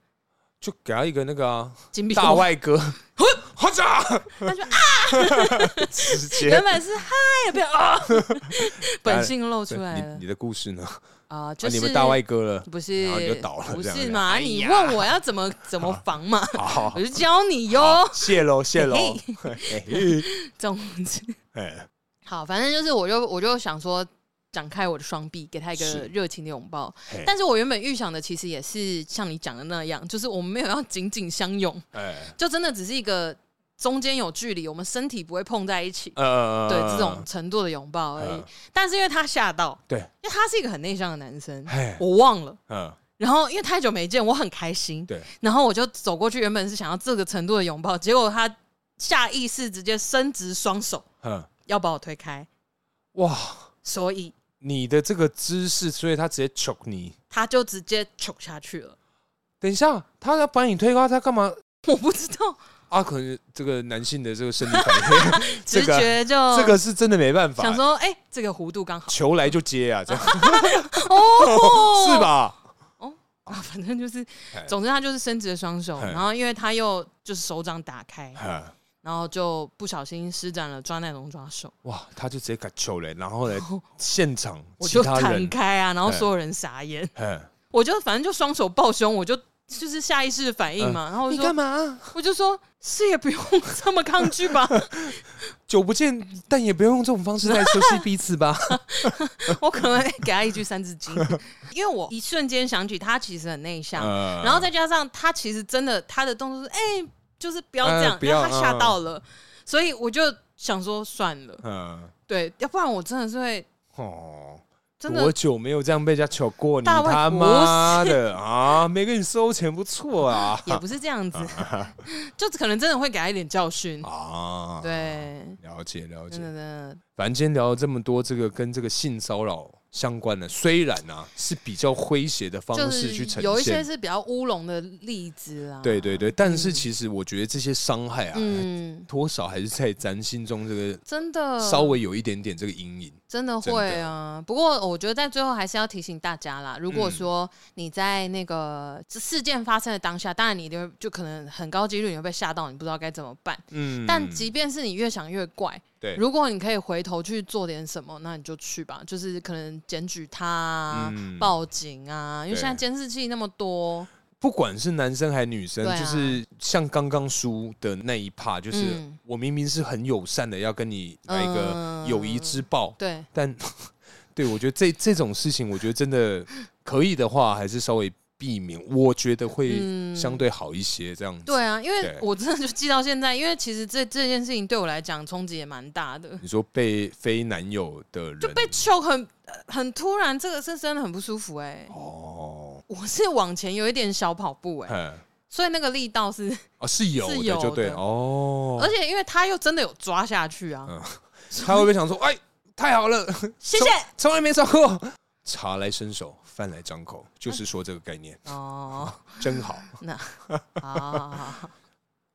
A: 就给他一个那个 啊
B: 金币
A: 大
B: 过
A: 外 哥， 哈嚓，
B: 他就啊，
A: 直 接
B: 原本是嗨，不 要啊， 本性露出来
A: 哎你
B: 了
A: 你的故事呢？
B: 啊，就是
A: 啊、你们大外哥了，
B: 不是
A: 然后你就倒了
B: 不
A: 这样
B: 是
A: 子
B: 嘛？
A: 哎
B: 你
A: 呀
B: 问我要怎么怎么防嘛，
A: 好
B: 我，就教你哟。
A: 谢喽谢喽
B: 嘿，
A: 嘿嘿
B: 总之，
A: 哎
B: 好，反正就是我就我就想说。展开我的双臂，给他一个
A: 是
B: 热情的拥抱
A: 嘿。
B: 但是我原本预想的其实也是像你讲的那样，就是我们没有要紧紧相拥，
A: 哎
B: 就真的只是一个中间有距离，我们身体不会碰在一起，
A: 呃，
B: 对这种程度的拥抱而已。
A: 嗯
B: 但是因为他吓到，
A: 对，
B: 因为他是一个很内向的男生
A: 嘿，
B: 我忘了。
A: 嗯
B: 然后因为太久没见，我很开心，
A: 对，
B: 然后我就走过去，原本是想要这个程度的拥抱，结果他下意识直接伸直双手
A: 嗯，
B: 要把我推开，
A: 哇，
B: 所以
A: 你的这个姿势，所以他直接戳你。
B: 他就直接杵下去了。
A: 等一下，他要把你推开，他干嘛？
B: 我不知道，
A: 啊，可能这个男性的这个生理 反应， 这
B: 直
A: 个
B: 觉就
A: 这个是真的没办法
B: 想，说，哎、这个弧度刚好
A: 球来就接啊，这样
B: 哦，
A: 是？吧？
B: 啊，反正就是
A: 哎，
B: 总之他就是伸直了双手，
A: 哎
B: 然后因为他又就是手掌打开，
A: 嗯
B: 然后就不小心施展了抓奶龙抓手，
A: 哇，他就直接给球嘞，然后呢，现场
B: 我
A: 其
B: 就
A: 他
B: 弹
A: 人，
B: 开啊，然后
A: 哎
B: 所有人傻眼，
A: 嗯，
B: 我就反正就双手抱胸，我就就是下意识反应嘛，
A: 嗯
B: 然后我就说，
A: 嘛？
B: 我就说是也不用 这么抗拒吧，
A: 久不见，但也不用用这种方式来熟悉彼此吧。
B: 我可能给他一句三字经， 因为我一瞬间想起他其实很内向，
A: 呃
B: 然后再加上他其实真的他的动作是哎、就是不要
A: 呃
B: 这样，
A: 不
B: 因为
A: 要
B: 他吓到了，所以我就想说算了，
A: 嗯，
B: 对，要不然我真的是会
A: 哦，
B: 真
A: 多
B: 的
A: 久没有这样被人家求过你
B: 大外
A: 他妈的啊！啊，没跟你收钱不错啊
B: 也不是这样子， 就可能真的会给他一点教训。
A: 啊，，
B: 对，
A: 了解了解
B: 真的。真的，
A: 反正今天聊了这么多，这个跟这个性骚扰相关的，虽然啊是比较诙谐的方
B: 就
A: 式去呈
B: 是
A: 现，
B: 有一些是比较乌龙的例子啦。
A: 对，哎对对，但是其实我觉得这些伤害啊，
B: 嗯，
A: 多少还是在咱心中这个
B: 真的，
A: 稍微有一点点这个阴影。
B: 真的会啊。不过我觉得在最后还是要提醒大家啦，如
A: 嗯
B: 果说你在那个事件发生的当下，当然你一定会就可能很高几率你会被吓到，你不知道该怎么办。
A: 嗯，
B: 但即便是你越想越怪，
A: 对
B: 如果你可以回头去做点什么，那你就去吧，就是可能检举他、啊
A: 嗯
B: 报警啊，因为
A: 对
B: 现在监视器那么多，
A: 不管是男生还是女生，
B: 对啊
A: 就是像刚刚输的那一趴，就是
B: 嗯
A: 我明明是很友善的要跟你来一个
B: 嗯
A: 友谊之报，
B: 对，
A: 但 对我觉得这这种事情，我觉得真的可以的话，还是稍微避免，我觉得会
B: 嗯
A: 相对好一些。这样子，
B: 对啊，因为
A: 对
B: 我真的就记到现在，因为其实这这件事情对我来讲冲击也蛮大的，
A: 你说被非男友的人
B: 就被球很呃很突然，这个是真的很不舒服哎、
A: 哦，
B: 我是往前有一点小跑步哎、
A: 嗯，
B: 所以那个力道是，
A: 哦是有
B: 是
A: 的，
B: 有
A: 就对
B: 的
A: 哦
B: 而。且因为他又真的有抓下去啊，
A: 嗯他会不会想说，哎，太好了，
B: 谢谢
A: 从从来没抓过。茶来伸手，饭来张口，就是说这个概念
B: 哦，
A: 真好。
B: 那好好好好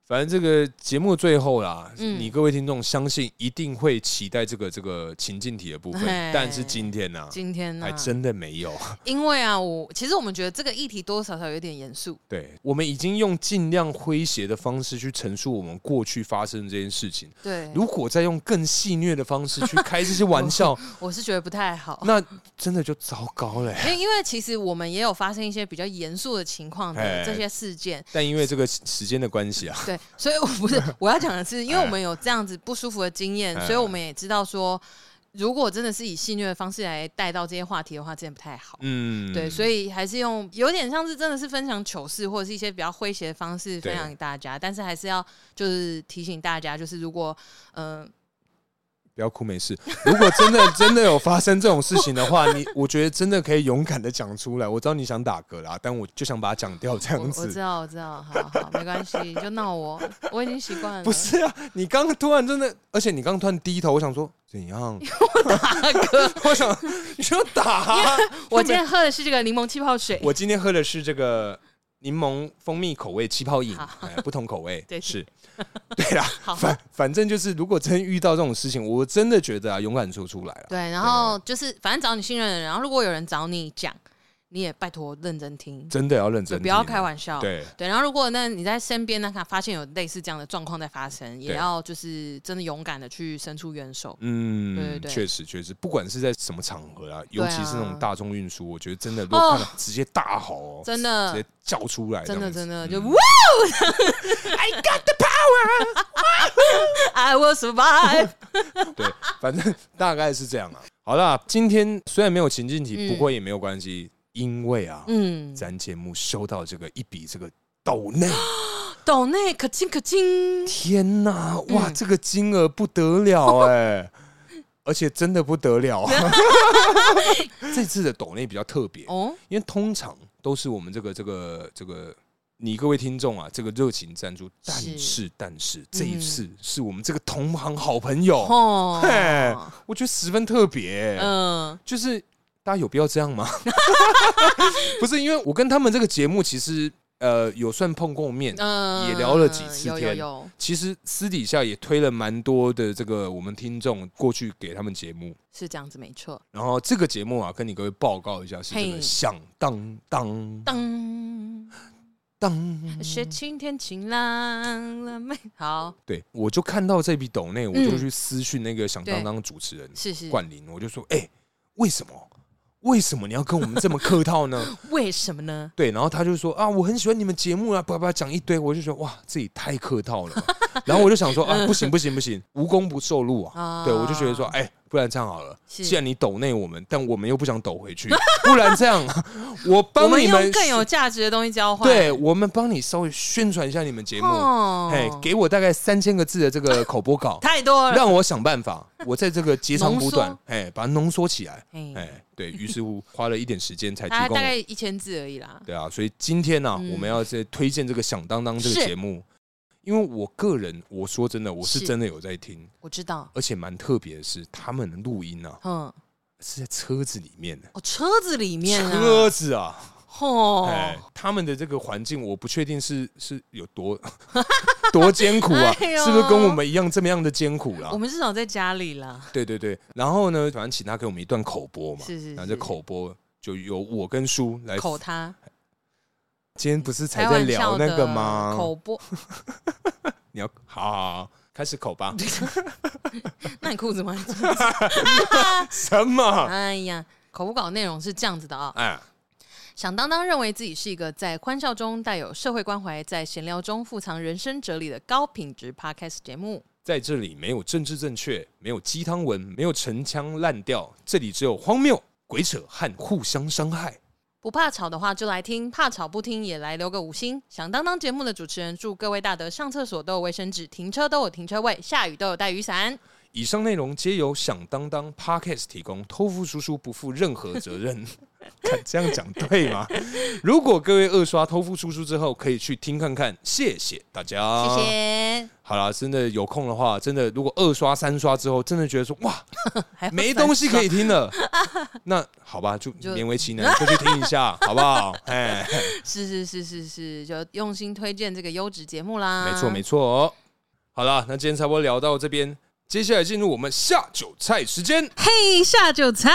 A: 反正这个节目最后啦，
B: 嗯
A: 你各位听众相信一定会期待这个这个情境题的部分
B: 嘿，
A: 但是今天呢、
B: 今天啊呢、
A: 还真的没有。
B: 因为啊，我其实我们觉得这个议题多多少少有点严肃，
A: 对我们已经用尽量诙谐的方式去陈述我们过去发生的这件事情，
B: 对，
A: 如果再用更戏谑的方式去开这些玩 笑，
B: 我是觉得不太好。
A: 那真的就糟糕了、欸
B: 因为因为其实我们也有发生一些比较严肃的情况
A: 哎
B: 的这些事件，
A: 但因为这个时间的关系啊，
B: 对，所以我不 是我要讲的是，因为我们有这样子不舒服的经验，
A: 哎
B: 所以我们也知道说，如果真的是以戏谑的方式来带到这些话题的话，真的不太好。
A: 嗯，
B: 对，所以还是用有点像是真的是分享糗事或者是一些比较诙谐的方式
A: 对
B: 分享给大家，但是还是要就是提醒大家，就是如果嗯、呃
A: 不要哭，没事。如果真的真的有发生这种事情的 话，你我觉得真的可以勇敢的讲出来。我知道你想打嗝啦，但我就想把它讲掉，这样
B: 我我知
A: 子。
B: 道，我知道，好好，没关系，就闹我，我已经习惯了。
A: 不是啊，你刚刚突然真的，而且你刚刚突然低头，我想说怎样？ 啊
B: 大哥，
A: 我想你说打啊、
B: 我今天喝的是这个柠檬气泡水。
A: 我今天喝的是这个柠檬蜂蜜口味气泡饮，
B: 好
A: 哎不同口味，
B: 对
A: 是，对啦。
B: 好
A: 反反正就是，如果真遇到这种事情，我真的觉得啊，勇敢说出来了。
B: 对，然后就是反正找你信任的人，然后如果有人找你讲，你也拜托认真听，
A: 真的要认
B: 就
A: 真，啊
B: 不要开玩笑。。
A: 对，
B: 对，然后如果那你在身边那看发现有类似这样的状况在发生，也
A: 对
B: 要就是真的勇敢的去伸出援手。对
A: 嗯
B: 对，对
A: 确实确实，不管是在什么场合啊，尤其是那种大众运输，我觉得真的，如果
B: 哦
A: 看到直接大吼哦，
B: 真
A: 直
B: 的
A: 接，叫出来这
B: 真
A: 样子，
B: 的，真的，
A: 嗯
B: 就 Woo! I got the power! I will survive!
A: 对，反正大概是这样啊。好啦，今天虽然没有情境题，
B: 嗯
A: 不过也没有关系，因为啊，
B: 嗯，
A: 咱节目收到这个一笔这个抖 内，
B: 抖内可亲可 亲，
A: 天哪，哇，
B: 嗯
A: 这个金额不得了 哎，而且真的不得了啊！ 这次的抖内比较特别
B: 哦，
A: 因为通常都是我们这个这个这个你各位听众啊，这个热情赞助，但
B: 是嗯
A: 是但是这一次是我们这个同行好朋友，
B: 哦
A: 嘿，我觉得十分特别、
B: 嗯，
A: 就是大家有必要这样 吗？不是，因为我跟他们这个节目其实呃有算碰过面。
B: 嗯，
A: 也聊了几次
B: 有有
A: 天
B: 有，
A: 其实私底下也推了蛮多的这个我们听众过去给他们节目，
B: 是这样子，没错。
A: 然后这个节目啊，跟你各位报告一下是这个
B: 嘿
A: 响当当
B: 当
A: 当
B: 雪晴天晴朗了没？好，
A: 对，我就看到这笔抖内，我就
B: 嗯
A: 去私讯那个响当
B: 对
A: 当主持人
B: 是是。
A: 冠霖，我就说：“哎、为什么？为什么你要跟我们这么客套呢？
B: 为什么呢？”
A: 对，然后他就说：“啊，我很喜欢你们节目啊，叭叭讲一堆。”我就觉得哇，自己太客套了吧。然后我就想说啊，不行不行不行，无功不受禄啊。
B: 嗯啊
A: 对，我就觉得说，哎、不然这样好了，
B: 是
A: 既然你抖内我们，但我们又不想抖回去，不然这样， 我帮
B: 我们
A: 你
B: 用
A: 们，
B: 更有价值的东西交换，
A: 对我们帮你稍微宣传一下你们节目，
B: 哦，
A: 嘿，给我大概三千个字的这个口播稿
B: 太多 了，
A: 让我想办 法，我在这个截长补短
B: 浓，
A: 哎，把它浓缩起来，
B: 嘿
A: 哎，对于是乎花了一点时间才提
B: 啊大概
A: 供
B: 大。概一千字而已啦。
A: 对啊，所以今天呢、
B: 嗯
A: 我们要再推荐这个《响当当》这个
B: 是
A: 节目，因为我个人，我说真的，我是
B: 是
A: 真的有在听，
B: 我知道，
A: 而且蛮特别的是，他们的录音啊
B: 嗯，
A: 是在车子里面的，
B: 哦，车子里面啊，
A: 车子啊，
B: 哦，
A: 哎，他们的这个环境，我不确定是是有多 多艰苦啊，
B: 哎呦
A: 是不是跟我们一样这么样的艰苦啦
B: 我？们至少在家里啦，
A: 对对对，然后呢，反正请他给我们一段口播嘛，
B: 是是是
A: 然后这口播就由我跟叔来。
B: 口他
A: 今天不是才
B: 开
A: 在
B: 玩笑
A: 聊
B: 的
A: 那个吗？
B: 口播，
A: 你要好好好开始口吧？
B: 那你裤子吗？
A: 什 么？
B: 哎呀，口播稿内容是这样子的啊、
A: 哎，
B: 响当当认为自己是一个在欢笑中带有社会关怀，在闲聊中富藏人生哲理的高品质 podcast 节目。
A: 在这里没有政治正确，没有鸡汤文，没有陈腔滥调，这里只有荒谬、鬼扯和互相伤害。
B: 不怕吵的话就来听，怕吵不听也来留个五星。响当当节目的主持人祝各位大德上厕所都有卫生纸，停车都有停车位，下雨都有带雨伞。
A: 以上内容皆由响当当 Podcast 提供，偷富叔叔不负任何责任。 敢这样讲对吗？如果各位二刷偷富叔叔之后，可以去听看看，谢谢大家，
B: 谢。谢。
A: 好啦，真的有空的话，真的如果二刷三刷之后，真的觉得说哇，
B: 还有
A: 没
B: 伞
A: 东西可以听了，那好吧，就
B: 就
A: 勉为其难，就去听一下，好不好？哎，
B: 是是是是是，就用心推荐这个优质节目啦。
A: 没错没
B: 错，
A: 错哦。好啦，那今天差不多聊到这边，接下来进入我们下酒菜时间。
B: 嘿，下酒菜。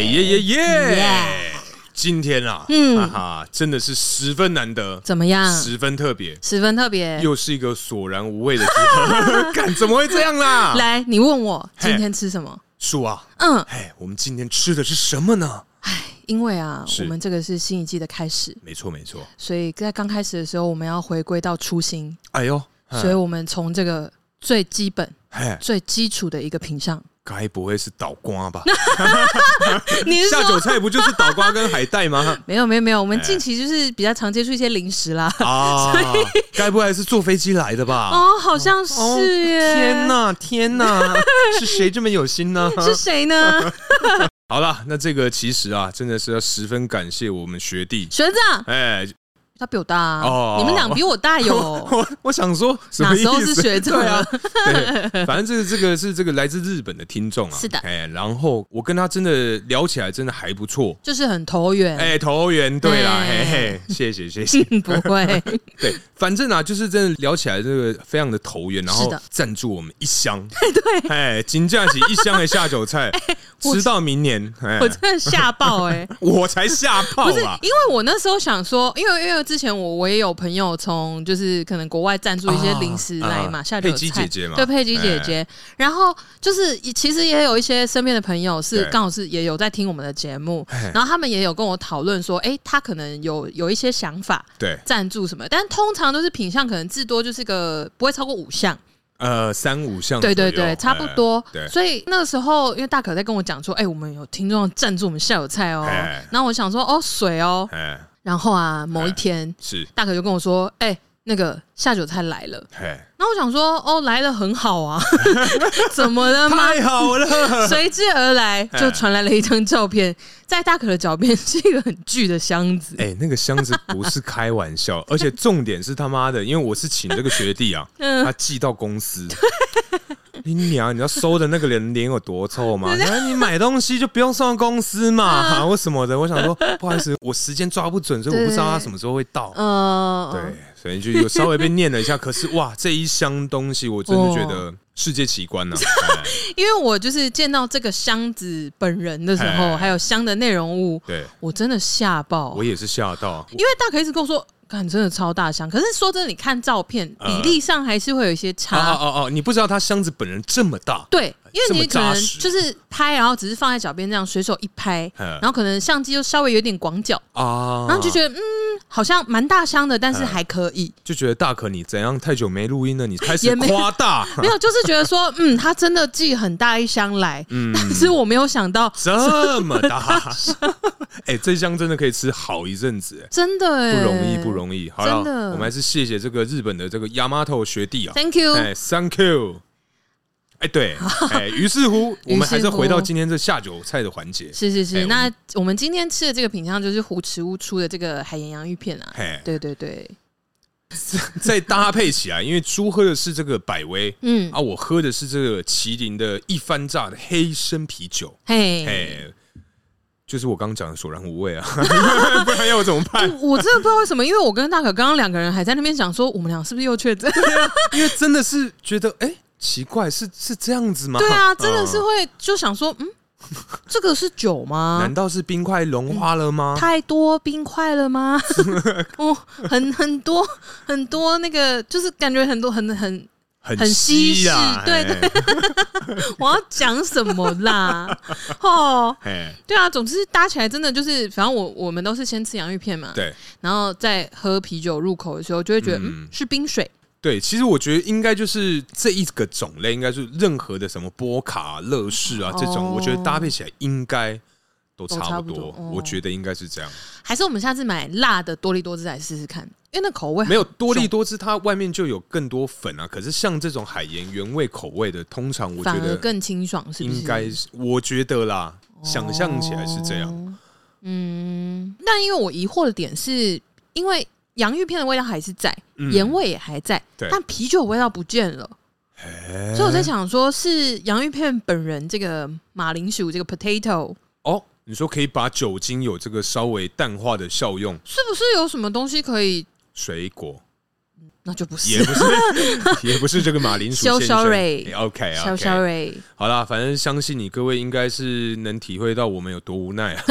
A: 耶耶耶耶！今天啊，嗯，哈哈，真的是十分难得，
B: 怎么样？
A: 十分特别，
B: 十分特别。
A: 又是一个索然无味的组合，干怎么会这样啦？
B: 来，你问我
A: 啊嘿
B: 今天吃什么？
A: 叔啊，
B: 嗯，
A: 哎，我们今天吃的是什么呢？
B: 因为啊，
A: 是
B: 我们这个是新一季的开始，
A: 没错没错，
B: 所以在刚开始的时候，我们要回归到初心，
A: 哎呦，
B: 所以我们从这个最基本、
A: 哎，
B: 最基础的一个品相。
A: 该不会是倒瓜吧？
B: 你是
A: 下酒
B: 说
A: 菜不就是倒瓜跟海带 吗？
B: 没有没有没有，我们
A: 哎
B: 近期就是比较常接触一些零食啦。
A: 啊，该不会还是坐飞机来的吧？
B: 哦，好像是耶。
A: 啊天！哪，天 哪，是谁这么有心呢？
B: 是谁呢？
A: 好了，那这个其实啊，真的是要十分感谢我们学弟。
B: 学长，
A: 哎，
B: 他比我大啊、
A: 哦
B: 你们俩比我大
A: 我
B: 哟。
A: 我我想说，什么
B: 哪
A: 意
B: 时候是
A: 思？
B: 学长
A: 对啊
B: 啊？
A: 对，反正这个这个是这个来自日本的听众啊，
B: 是的
A: 哎，然后我跟他真的聊起来，真的还不错，
B: 就是很投缘。
A: 哎，投缘，对啦，嘿
B: 哎
A: 嘿，谢谢谢 谢，
B: 嗯，不 会，
A: 对，反正啊，就是真的聊起来，这个非常的投缘，然
B: 是
A: 后
B: 的
A: 赞助我们一 箱，对，哎，金价起一箱的下酒菜，
B: 我
A: 吃到明年，哎
B: 我，真的吓爆哎、
A: 我才吓
B: 不
A: 爆
B: 是，
A: 啊！
B: 因为我那时候想说，因为因为之前我我也有朋友从就是可能国外赞助一些零食来嘛，
A: 啊
B: 下酒菜
A: 佩姬姐姐嘛哎
B: 对佩姬姐姐。然后就是其实也有一些身边的朋友是
A: 对
B: 刚好是也有在听我们的节目
A: 哎，
B: 然后他们也有跟我讨论说，哎，他可能有有一些想法
A: 对，
B: 赞助什么，但通常都是品相可能至多就是个不会超过五项，
A: 呃，三五项左
B: 对
A: 右，
B: 对对，差不多
A: 哎。对，
B: 所以那个时候，因为大可在跟我讲说，哎，我们有听众赞助我们下酒菜哦
A: 哎，
B: 然后我想说，哦，水哦。
A: 哎，
B: 然后啊，某
A: 哎
B: 一天，
A: 是，
B: 大可就跟我说：“哎、那个下酒菜来了。
A: 哎，”
B: 那我想说：“哦，来的很好 啊，怎么了吗
A: 太好了？”，哎
B: 随之而来就传来了一张照片，在大可的脚边是一个很巨的箱子，
A: 哎，那个箱子不是开玩笑，而且重点是他妈的，因为我是请这个学弟啊，
B: 嗯
A: 他寄到公司。你娘！你知道收的那个人脸有多臭 吗？然后你买东西就不用送到公司
B: 嗯
A: 嘛，哈或什么的。我想说，不好意思，我时间抓不准，所以我不知道他什么时候会到。对
B: 呃，，
A: 所以就有稍微被念了一下。可是哇，这一箱东西，我真的觉
B: 哦
A: 得世界奇 观呐、哎
B: 因为我就是见到这个箱子本人的时
A: 哎
B: 候，还有箱的内容物，
A: 对
B: 我真的吓爆
A: 我，也是吓 到。
B: 因为大可一直跟我说。看，真的超大箱，可是说真的，你看照片
A: 呃
B: 比例上还是会有一些
A: 哦
B: 差。
A: 哦哦哦，你不知道他箱子本人这么大。
B: 对，因为你
A: 哎这
B: 可
A: 么扎
B: 能
A: 实
B: 就是拍，然后只是放在脚边这样随手一拍，
A: 嗯
B: 然后可能相机又稍微有点广角，
A: 啊，
B: 然后就觉得嗯好像蛮大箱的，但是
A: 嗯
B: 还 可以。
A: 就觉得大可你怎样太久没录音了，你开始
B: 也没
A: 夸大，
B: 没有，就是觉得说，嗯，他真的寄很大一箱来，
A: 嗯
B: 但是我没有想到，
A: 这么大， 哎、这箱真的可以吃好一阵子、哎
B: 真的
A: 不
B: 哎
A: 容易，不容易。好了，
B: 真的
A: 我们还是谢谢这个日本的这个 Yamato 学弟啊，
B: Thank you，
A: 哎，Thank you。哎， 对，哎，于是乎，我们还是回到今天这下酒菜的环节。
B: 是是是。
A: 哎我
B: 那
A: 们
B: 我们今天吃的这个品相就是胡池屋出的这个海盐洋芋片啊，
A: 嘿，
B: 对对对，
A: 再搭配起来，因为猪喝的是这个百威，
B: 嗯，
A: 啊，我喝的是这个麒麟的一番炸的黑生啤酒，
B: 嘿。
A: 哎，就是我刚刚讲的索然无味啊， 不然要我怎么办？
B: 我真的不知道为什么，因为我跟大可刚刚两个人还在那边讲说，我们俩是不是又确诊？
A: 因为真的是觉得，哎，奇怪，是是这样子吗？
B: 对 啊，真的是
A: 嗯
B: 会就想说，嗯，这个是酒吗
A: 难？道是冰块融化了吗？
B: 太多冰块 了吗？哦，很很多很多那个，就是感觉很多很很，很稀
A: 稀呀，
B: 释对
A: 对，
B: 我要讲什么 啦？哦，
A: 哎，
B: 对啊，总之搭起来真的就是，反正我我们都是先吃洋芋片嘛，
A: 对。
B: 然后再喝啤酒入口的时候，就会觉得
A: 嗯
B: 嗯是冰水，
A: 对，其实我觉得应该就是这一个种类，应该是任何的什么波卡、乐事啊这种，
B: 哦
A: 我觉得搭配起来应该都差不
B: 都差
A: 多。
B: 不多哦
A: 我觉得应该是这样，
B: 还是我们下次买辣的多利多汁来试试看，因为那口味
A: 没有多利多汁，它外面就有更多粉啊。可是像这种海盐原味口味的，通常我觉
B: 反而
A: 得
B: 更清爽，是不是？
A: 应该是，我觉得啦，想象起来是这样。
B: 哦。嗯，那因为我疑惑的点是，因为洋芋片的味道还是在，
A: 嗯
B: 盐、味也还在，
A: 对
B: 但啤酒的味道不见了。所以我在想，说是洋芋片本人这个马铃薯这个 potato
A: 哦，你说可以把酒精有这个稍微淡化的效用，
B: 是不是有什么东西可以？
A: 水果
B: 那就不
A: 也
B: 是。
A: 不是 也不是这个马铃薯先
B: So
A: 生。
B: sorry
A: OK
B: 小
A: OK，
B: 小蕊，
A: 好啦，反正相信你各位应该是能体会到我们有多无奈 啊，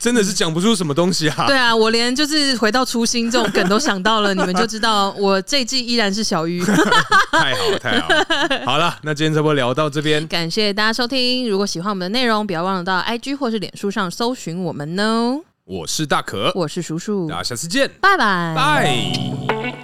A: 真的是讲不出什么东西啊。
B: 对啊，我连就是回到初心这种梗都想到了，你们就知道我这季依然是小鱼。
A: 太好了太好了，好了，那今天差不多聊到这边，
B: 感谢大家收听，如果喜欢我们的内容，不要忘了到 IG 或是脸书上搜寻我们哦。
A: 我是大可，
B: 我是叔叔，
A: 大家下次见，
B: 拜拜。
A: 拜。